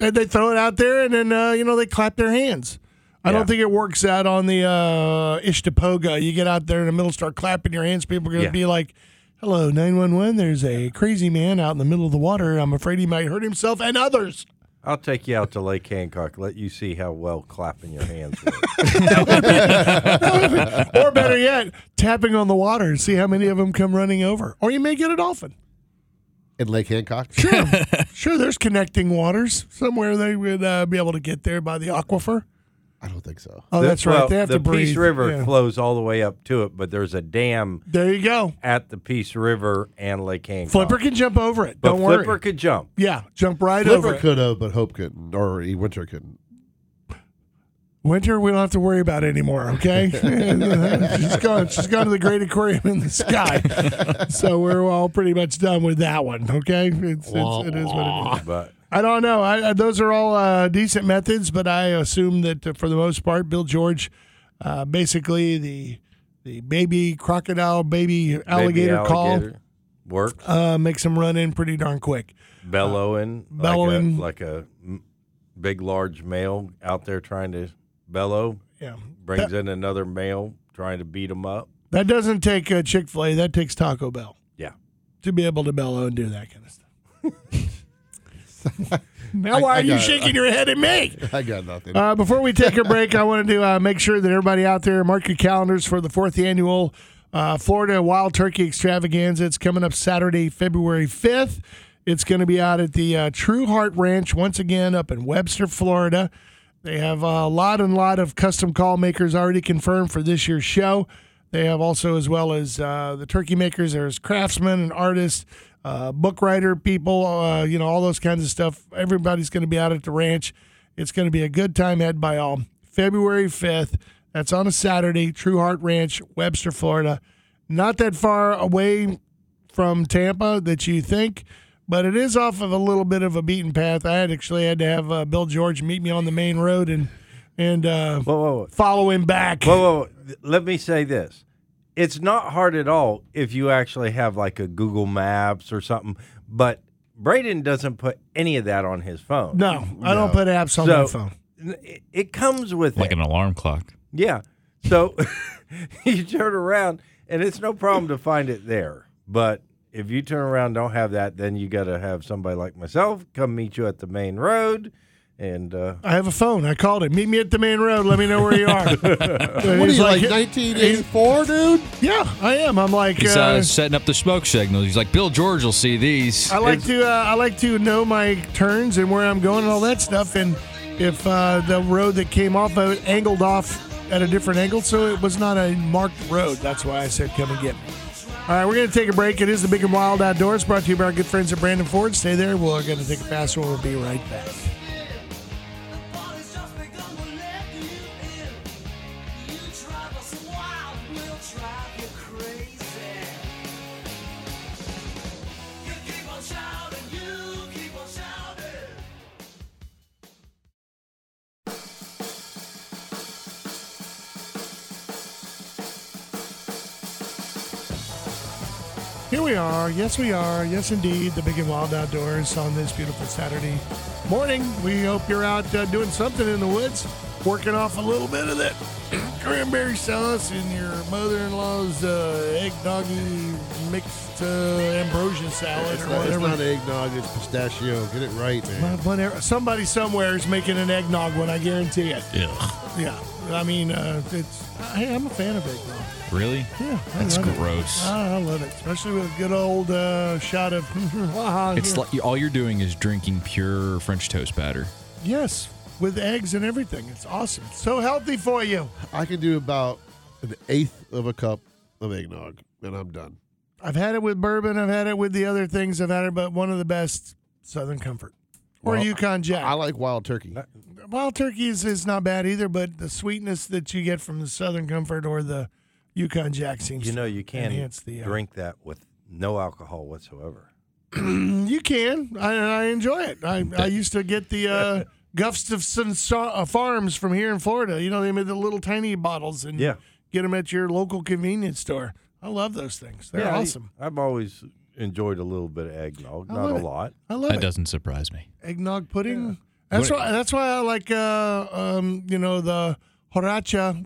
B: And *laughs* they throw it out there, and then uh, you know they clap their hands. I don't think it works out on the uh, Ishtapoga. You get out there in the middle, start clapping your hands. People are going to
D: Yeah.
B: be like, "Hello, nine one one. There's a crazy man out in the middle of the water. I'm afraid he might hurt himself and others."
D: I'll take you out to Lake Hancock. Let you see how well clapping your hands work.
B: *laughs* or better yet, tapping on the water and see how many of them come running over. Or you may get a
D: *laughs*
B: dolphin.
C: In Lake Hancock,
B: Sure, sure. There's connecting waters somewhere. They would uh, be able to get there by the aquifer.
C: *laughs* I don't think so.
B: Oh,
D: The-
B: that's right.
D: well,
B: they have
D: the
B: to breathe.
D: Peace River
B: Yeah.
D: flows all the way up to it, but there's a dam
B: There you go.
D: at the Peace River and Lake Hancock.
B: Flipper can jump over it.
D: but
B: Don't
D: Flipper
B: worry.
D: could jump.
B: Yeah, jump right over.
C: Liver
B: it.
C: could have, but Hope couldn't, or E. Winter couldn't.
B: Winter, we don't have to worry about anymore.
D: *laughs*
B: Okay, *laughs* she's gone. She's gone to the great aquarium in the
D: *laughs*
B: sky. so we're all pretty much done with that one. Okay, it's, it's, it is what it is.
D: But
B: I don't know. I, I, those are all uh, decent methods, but I assume that uh, for the most part, Bill George, uh, basically the the baby crocodile, baby *laughs* alligator,
D: maybe
B: call
D: alligator works.
B: uh, makes him run in pretty darn quick.
D: bellowing,
B: uh, bellowing.
D: like a, like a m- big, large male out there trying to bellow
B: Yeah,
D: brings in another male trying to beat him up.
B: that doesn't take uh, Chick Fil A. That takes Taco Bell.
D: Yeah.
B: to be able to bellow and do that kind of
C: *laughs*
B: stuff. now,
C: I-
B: why
C: I
B: are you
C: got it.
B: shaking your head at me?
C: *laughs* I got nothing.
B: Uh, before we take a break, I wanted to uh, make sure that everybody out there mark your calendars for the fourth annual uh, Florida Wild Turkey Extravaganza. It's coming up Saturday, February 5th. It's going to be out at the uh, True Heart Ranch once again up in Webster, Florida. They have a lot and lot of custom call makers already confirmed for this year's show. They have also, as well as uh, the turkey makers, there's craftsmen and artists, uh, book writer people, uh, you know, all those kinds of stuff. Everybody's going to be out at the ranch. It's going to be a good time had by all. February 5th. That's on a Saturday, True Heart Ranch, Webster, Florida. Not that far away from Tampa that you think, but it is off of a little bit of a beaten path. I had actually had to have uh, Bill George meet me on the main road and and uh,
D: Whoa, whoa, whoa.
B: follow him back.
D: Whoa, whoa, whoa. Th- Let me say this. It's not hard at all if you actually have like a Google Maps or something, but Braden doesn't put any of that on his phone.
B: No, I don't put apps on my phone.
D: n- It, it comes with
E: like
D: it.
E: an alarm clock.
D: yeah. So *laughs* you turn around and it's no problem to find it there. But if you turn around and don't have that, then you got to have somebody like myself come meet you at the main road and uh,
B: I have a phone. I called him. Meet me at the main road. Let me know where you are. And
C: what are
B: he's
C: you like,
B: "Yeah,
C: 1984, dude?
B: Yeah, I am. I'm like.
E: He's
B: uh,
E: uh, setting up the smoke signals. He's like, Bill George will see these.
B: I like to uh, I like to know my turns and where I'm going and all that stuff. And if uh, the road that came off of it angled off at a different angle, so it was not a marked road. That's why I said come and get me. All right, we're going to take a break. It is the Big and Wild Outdoors, brought to you by our good friends at Brandon Ford. Stay there. We're going to take a fast one. We'll be right back. Here we are. Yes, we are. Yes, indeed. The Big and Wild Outdoors on this beautiful Saturday morning. We hope you're out uh, doing something in the woods, working off a little bit of that *clears throat* cranberry sauce and your mother in law's uh, eggnoggy mixed uh, ambrosia salad
C: It's
B: or
C: not, it's
B: whatever.
C: not eggnog. It's pistachio. Get it right, man.
B: Well, whenever- Somebody somewhere is making an eggnog one, I guarantee it. Yeah. Yeah. I mean, uh, it's. Hey, I'm a fan of eggnog.
E: Really?
B: Yeah. I
E: That's
B: love it.
E: gross.
B: Ah, I love it, especially with a good old uh, shot of. *laughs*
E: It's like all you're doing is drinking pure French toast batter.
B: yes, with eggs and everything. It's awesome. It's so healthy for you.
C: I can do about an eighth of a cup of eggnog, and I'm done.
B: I've had it with bourbon. I've had it with the other things. I've had it, but one of the best Southern Comfort or
C: Well,
B: Yukon Jack.
C: I like wild turkey.
B: Wild turkey is, is not bad either, but the sweetness that you get from the Southern Comfort or the Yukon Jack seems
D: You know,
B: to
D: you can
B: enhance the uh,
D: drink that with no alcohol whatsoever.
B: You can. I, I enjoy it. I, I used to get the
D: *laughs*
B: uh, Gustafson Sa- uh, Farms from here in Florida. You know, they made the little tiny bottles and
D: Yeah.
B: get them at your local convenience store. I love those things. They're
D: I- e,
B: awesome.
D: I've always enjoyed a little bit of eggnog,
B: I
D: not
B: love
D: a
B: it.
D: lot.
B: I love
E: That
B: it.
E: doesn't surprise me.
B: eggnog pudding. That's why. That's why I like, uh, um, you know, the horacha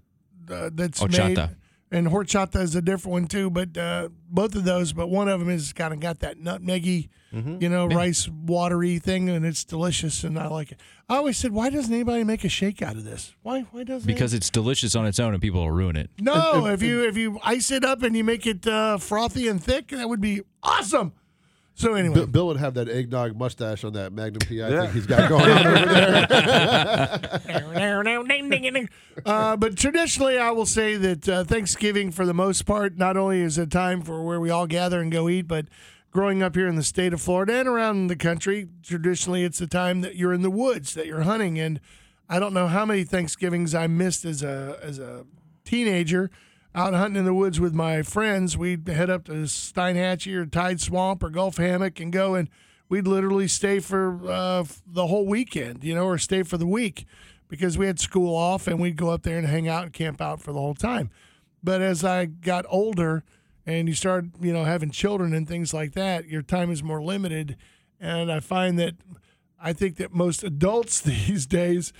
B: uh, that's
E: Horchata.
B: made, and horchata is a different one too. But uh, both of those, but one of them is kind of got that nutmeggy,
E: Mm-hmm.
B: you know, rice watery thing, and it's delicious, and I like it. I always said, why doesn't anybody make a shake out of this? Why? Why doesn't
E: Because it's delicious on its own and people will ruin it.
B: no, if you if you ice it up and you make it uh, frothy and thick, that would be awesome. So anyway,
C: Bill, Bill would have that eggnog mustache on that Magnum PI
D: Yeah.
C: thing he's got going
B: *laughs*
C: on over there.
B: uh, but traditionally, I will say that uh, Thanksgiving, for the most part, not only is a time for where we all gather and go eat, but growing up here in the state of Florida and around the country, traditionally it's the time that you're in the woods, that you're hunting. And I don't know how many Thanksgivings I missed as a as a teenager out hunting in the woods with my friends. We'd head up to Steinhatchee or Tide Swamp or Gulf Hammock and go and we'd literally stay for uh, f- the whole weekend, you know, or stay for the week because we had school off and we'd go up there and hang out and camp out for the whole time. But as I got older and you start, you know, having children and things like that, your time is more limited. And I find that I think that most adults *laughs* these days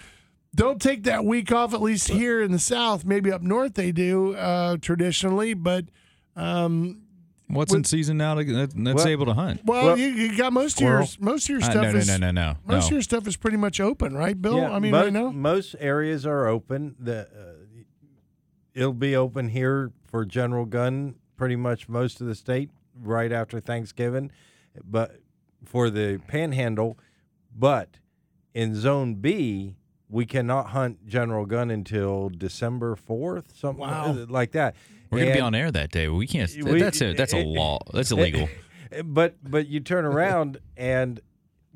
B: don't take that week off, at least here in the South. Maybe up north they do uh, traditionally, but.
E: What's in season now to, that, that's
D: Well-
E: able to hunt?
B: Well,
D: Well-
B: you, you got most of your
D: Squirrel.
B: most of your
E: Uh,
B: stuff
E: no, no,
B: is
E: no, no, no,
B: most
E: no.
B: of your stuff is pretty much open, right, Bill? I mean,
D: most,
B: right now,
D: most areas are open. The uh, it'll be open here for general gun pretty much most of the state right after Thanksgiving, but for the Panhandle, but in Zone B. We cannot hunt general gun until December fourth, something uh,
B: Wow.
D: like that.
E: We're going to be
D: And-
E: on air that day. but We can't.
D: We-
E: that's
B: *laughs*
E: a that's a law. That's illegal.
D: but but you turn around and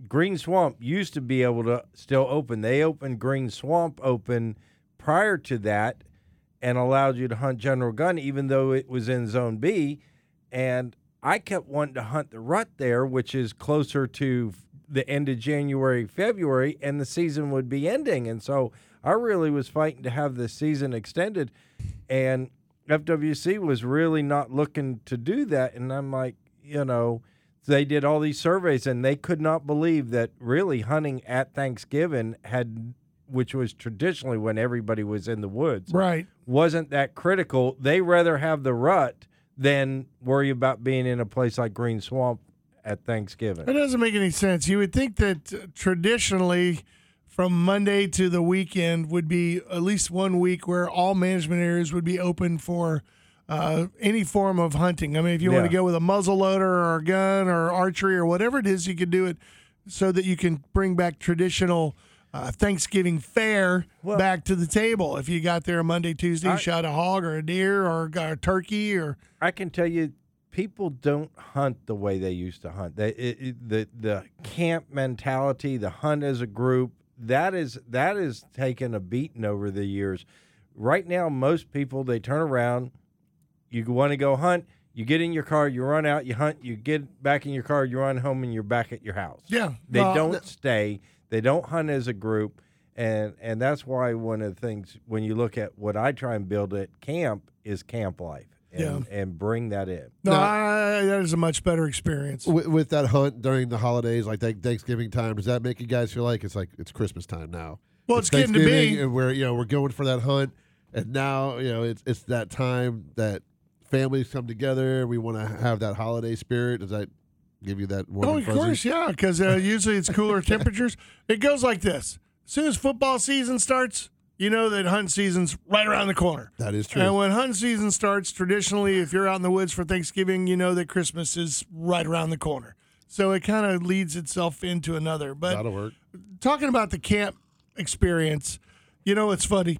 D: Green Swamp used to be able to still open. They opened Green Swamp open prior to that and allowed you to hunt General Gun even though it was in zone B and I kept wanting to hunt the rut there which is closer to f- the end of January, February and the season would be ending and so I really was fighting to have the season extended and FWC was really not looking to do that. And I'm like, you know, they did all these surveys and they could not believe that really hunting at Thanksgiving had, which was traditionally when everybody was in the woods,
B: right?
D: wasn't that critical. They rather have the rut than worry about being in a place like Green Swamp at
B: It
D: Thanksgiving.
B: doesn't make any sense. You would think that uh, traditionally, from Monday to the weekend, would be at least one week where all management areas would be open for uh, any form of hunting. I mean, if you want
D: Yeah.
B: to go with a muzzle loader or a gun or archery or whatever it is, you could do it so that you can bring back traditional. Uh, Thanksgiving fair back to the table. If you got there Monday, Tuesday, you shot a hog or a deer or got a turkey or
D: I can tell you, people don't hunt the way they used to hunt. They, it, it, the the camp mentality, the hunt as a group, that is that is taken a beating over the years. Right now, most people they turn around, you want to go hunt, you get in your car, you run out, you hunt, you get back in your car, you run home, and you're back at your house.
B: Yeah,
D: they
B: well,
D: don't
B: th-
D: stay. They don't hunt as a group, and and that's why one of the things when you look at what I try and build at camp is camp life. And, and bring that in.
B: no,
C: No.
B: I, that is a much better experience.
C: with, with that hunt during the holidays, like that Thanksgiving time, does that make you guys feel like it's like it's Christmas time now?
B: Well, it's getting to be.
C: Thanksgiving, and we're you know we're going for that hunt, and now you know it's it's that time that families come together. We want to have that holiday spirit. Does that give you that? warm
B: Oh,
C: and
B: of
C: fuzzy?
B: course, yeah, because uh, usually it's
C: *laughs*
B: cooler temperatures. It goes like this: as soon as football season starts, you know that hunt season's right around the corner.
C: That is true.
B: And when hunt season starts, traditionally, if you're out in the woods for Thanksgiving, you know that Christmas is right around the corner. So it kind of leads itself into another. But
C: That'll work.
B: talking about the camp experience, you know what's funny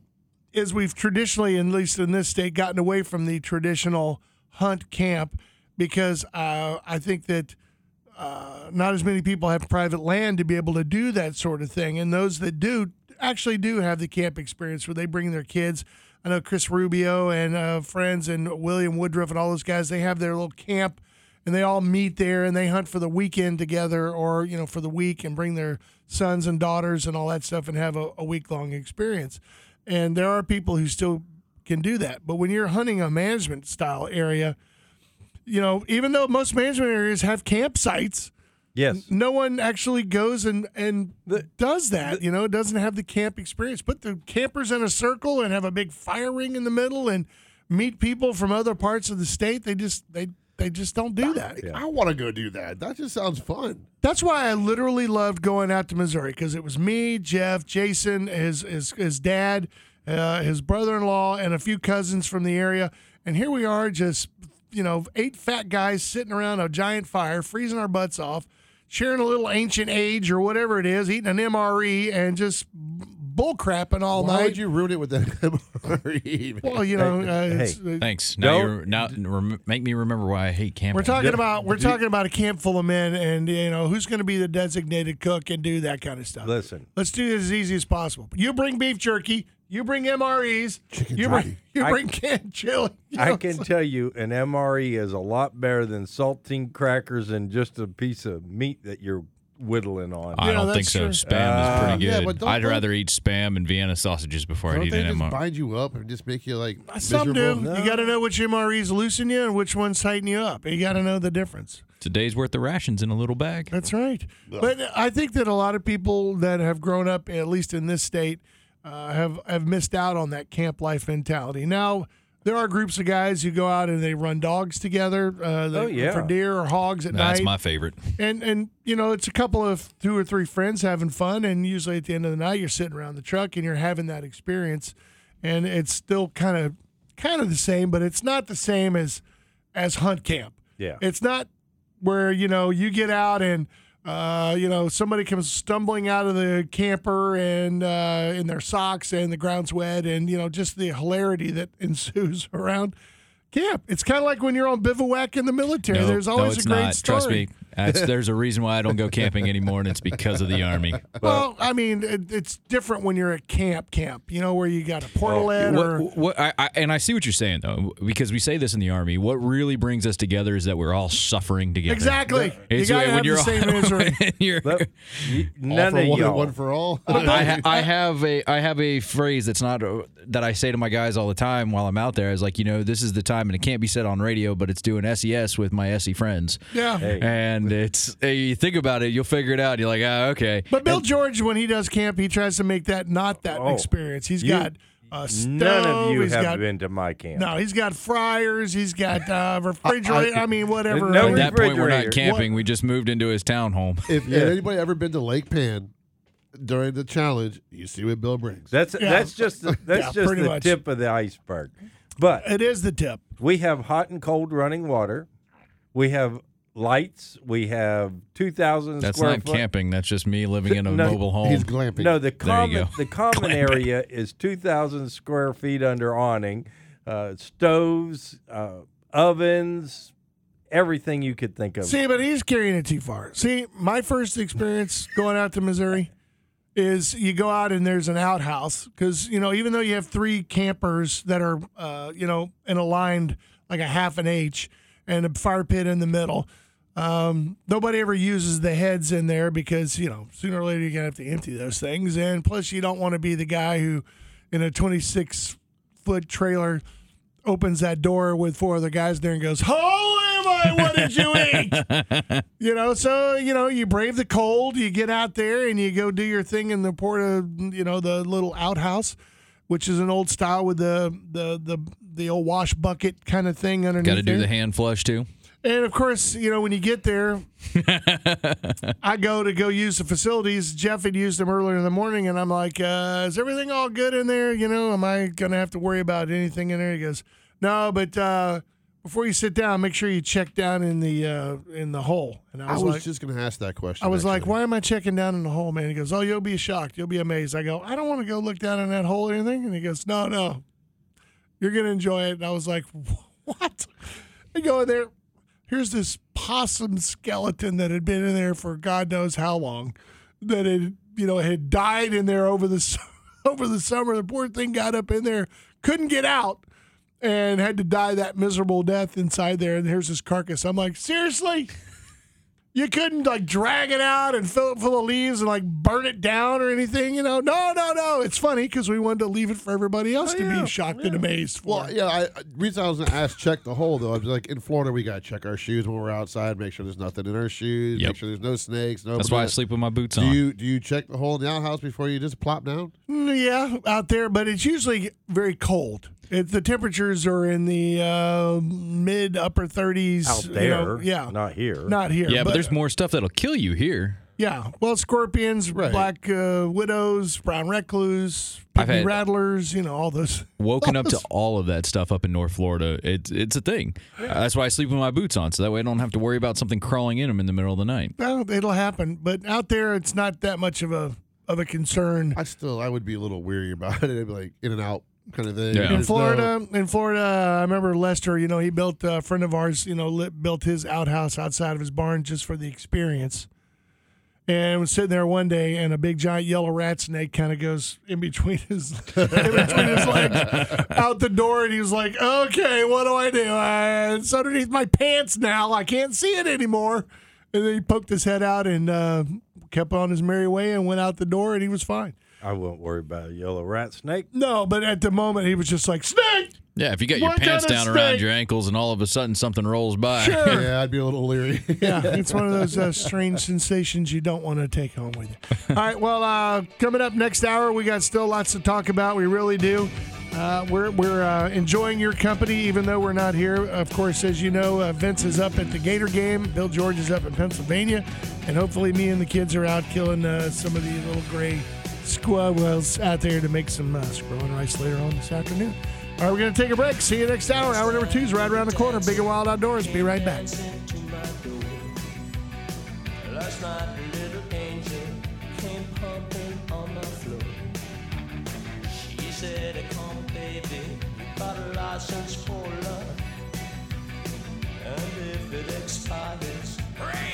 B: is we've traditionally, at least in this state, gotten away from the traditional hunt camp because uh, I think that uh, not as many people have private land to be able to do that sort of thing. And those that do actually do have the camp experience where they bring their kids. I know Chris Rubio and uh, friends and William Woodruff and all those guys, they have their little camp and they all meet there and they hunt for the weekend together or, you know, for the week and bring their sons and daughters and all that stuff and have a, a week long experience. And there are people who still can do that. But when you're hunting a management style area, you know, even though most management areas have campsites,
D: Yes.
B: no one actually goes and and does that. you know, it doesn't have the camp experience. Put the campers in a circle and have a big fire ring in the middle and meet people from other parts of the state. They just they they just don't do that.
C: I want to go *laughs* do that. That just sounds fun.
B: That's why I literally loved going out to Missouri because it was me, Jeff, Jason, his his, his dad, uh, his brother in law, and a few cousins from the area. And here we are, just you know, eight fat guys sitting around a giant fire, freezing our butts off, sharing a little ancient age or whatever it is, eating an MRE, and just bullcrapping all
C: Why
B: night.
C: would you ruin it with that *laughs* MRE? man?
B: well, you know, uh, it's, uh,
E: Thanks. Now
D: Don't-
E: you're now rem- make me remember why I hate camping.
B: We're talking
D: Yeah.
B: about we're talking about a camp full of men, and you know who's going to be the designated cook and do that kind of stuff.
D: Listen.
B: let's do this as easy as possible. You bring beef jerky, you bring MREs,
C: Chicken
B: you
C: jerky.
B: bring you
D: I-
B: bring canned chili. You *laughs* know,
D: I can tell you an MRE is a lot better than saltine crackers and just a piece of meat that you're whittling on.
E: I
B: Yeah,
E: don't
B: that's
E: think so.
B: true. Uh,
E: Spam is pretty
C: yeah,
E: good.
C: but don't
E: I'd
C: they-
E: rather eat spam and Vienna sausages before I
C: Don't
E: eat
C: they
E: an
C: just
E: MRE.
C: bind you up and just make you like
B: Some do.
C: miserable?
B: You got to know which MREs loosen you and which ones tighten you up. You got to know the difference.
E: It's a day's worth of rations in a little bag.
B: That's right. But I think that a lot of people that have grown up, at least in this state, uh, have have missed out on that camp life mentality. Now there are groups of guys who go out and they run dogs together, uh, they-
D: Oh, yeah.
B: for deer or hogs at
E: That's
B: night,
E: my favorite.
B: and and you know it's a couple of two or three friends having fun, and usually at the end of the night you're sitting around the truck and you're having that experience, and it's still kind of kind of the same, but it's not the same as as hunt camp.
D: Yeah.
B: It's not where, you know, you get out and uh, you know, somebody comes stumbling out of the camper and uh, in their socks and the ground's wet and you know, just the hilarity that *laughs* ensues around camp. It's kind of like when you're on bivouac in the military.
E: No,
B: There's always
E: no, it's
B: a great
E: not.
B: story.
E: Trust me.
B: *laughs*
E: That's, there's a reason why I don't go camping anymore, and it's because of the army.
B: Well, I mean, it, it's different when you're at camp camp, you know, where you got a portalet or
E: What, what I, I, and I see what you're saying though, because we say this in the army. What really brings us together is that we're all suffering together.
B: Exactly. You
E: It's
B: gotta
E: when
B: have the
E: you're all- *laughs*
B: same misery.
E: when you're- *laughs*
D: Let- you-
C: All
D: none
C: for
D: of
C: one,
D: y'all.
C: and one
D: *laughs*
B: *laughs*
C: for all.
E: I, ha- I have a I have a phrase that's not uh, that I say to my guys all the time while I'm out there. Is like you know this is the time and it can't be said on radio, but it's doing SES with my SE friends.
B: Yeah. Hey.
E: and it's hey, you think about it, you'll figure it out. You're like ah okay.
B: But Bill George, when he does camp, he tries to make that not that
D: Oh,
B: experience. He's
D: you-
B: got a stove.
D: None of you
B: he's
D: have
B: got,
D: been to my camp.
B: No, he's got fryers. He's got uh, refrigerator. I, mean, whatever.
D: No,
E: At
B: other-
E: that point, we're not
D: Refrigerator.
E: camping. We just moved into his townhome.
C: If had anybody ever been to Lake Pan during the challenge, you see what Bill brings.
D: That's
B: Yeah.
D: that's just the, that's
B: Yeah,
D: just
B: pretty
D: the
B: much.
D: tip of the iceberg. But
B: it is the tip.
D: we have hot and cold running water. We have lights. We have two thousand
E: That's
D: square
E: not
D: foot.
E: camping. That's just me living in a
D: No,
E: mobile home.
C: He's glamping.
D: No, the
E: There you
D: common
E: go.
B: *laughs*
D: the common area is two thousand square feet under awning, uh, stoves, uh, ovens, everything you could think of.
B: See, but he's carrying it too far. See, my first experience going out to Missouri is you go out and there's an outhouse because you know even though you have three campers that are uh, you know in a line like a half an H and a fire pit in the middle. Um, nobody ever uses the heads in there because you know sooner or later you're gonna have to empty those things, and plus you don't want to be the guy who, in a 26 foot trailer, opens that door with four other guys there and goes, "Holy my, what did you eat?"
E: *laughs*
B: You know, so you know, you brave the cold, you get out there and you go do your thing in the porta, you know, the little outhouse, which is an old style with the the the the old wash bucket kind of thing underneath.
E: Got to do
B: there.
E: the hand flush too.
B: And of course, you know, when you get there, I go to go use the facilities. Jeff had used them earlier in the morning, and I'm like, uh, is everything all good in there? You know, am I going to have to worry about anything in there? He goes, no, but uh, before you sit down, make sure you check down in the uh, in the hole. And I
C: I
B: was,
C: was
B: like,
C: just going to ask that question.
B: I was like,
C: actually.
B: why am I checking down in the hole, man? He goes, oh, you'll be shocked. You'll be amazed. I go, I don't want to go look down in that hole or anything. And he goes, no, *laughs* no, you're going to enjoy it. And I was like, what? I go in there. here's this possum skeleton that had been in there for God knows how long, that had you know had died in there over the *laughs* su- over the summer. The poor thing got up in there, couldn't get out, and had to die that miserable death inside there. And here's his carcass. I'm like, seriously. You couldn't like drag it out and fill it full of leaves and like burn it down or anything, you know? No, no, no. It's funny because we wanted to leave it for everybody else to be shocked and amazed. For.
C: Oh, Well, yeah. I, I- reason I was gonna ask check the hole though. I was like, in Florida, we gotta check our shoes when we're outside, make sure there's nothing in our shoes,
E: Yep.
C: make sure there's no snakes. No.
E: That's why I sleep with my boots
C: Do
E: on.
C: you do you check the hole in the outhouse before you just plop down?
B: Mm, Yeah, out there, but it's usually very cold. It, the temperatures are in the uh, mid upper 30s.
D: out
B: you
D: there.
B: know, yeah.
D: not here.
B: Not here.
E: yeah, but, there's more stuff that'll kill you here.
B: Yeah. Well, scorpions,
C: Right.
B: black uh, widows, brown recluse,
E: I've
B: pygmy
E: had-
B: rattlers, you know, all those.
E: Woken up to all of that stuff up in North Florida. It's it's a thing. That's why I sleep with my boots on, so that way I don't have to worry about something crawling in them in the middle of the night.
B: Well, it'll happen, but out there, it's not that much of a of a concern.
C: I still I would be a little weary about it. It'd be like in and out kind of thing.
E: Yeah. In
B: in
C: There's no-
B: Florida, in Florida, I remember Lester. You know, he built uh, a friend of ours. You know, lit, built his outhouse outside of his barn just for the experience. And was sitting there one day, and a big giant yellow rat snake kind of goes in between his *laughs* in between his legs out the door, and he was like, "Okay, what do I do? Uh, it's underneath my pants now. I can't see it anymore." And then he poked his head out and uh, kept on his merry way and went out the door, and he was fine.
D: I won't worry about a yellow rat snake.
B: No, but at the moment, he was just like, "Snake!"
E: Yeah, if you got your
B: What
E: pants
B: kind of
E: down around
B: snake?
E: your ankles and all of a sudden something rolls by.
B: Sure.
C: Yeah, I'd be a little leery. *laughs*
B: yeah, *laughs* it's one of those uh, strange sensations you don't want to take home with you. All right, well, uh, coming up next hour, we got still lots to talk about. We really do. Uh, we're we're uh, enjoying your company, even though we're not here. Of course, as you know, uh, Vince is up at the Gator game. Bill George is up in Pennsylvania, and hopefully, me and the kids are out killing uh, some of the little gray squirrels out there to make some uh, squirrel and rice later on this afternoon. All right, we're going to take a break. See you next hour. Hour number two is right around the corner. Big and Wild Outdoors. Be right back.
F: Last night, a little angel came pumping on the floor. She said, Come, baby, you got a license for love. And if it expires, bring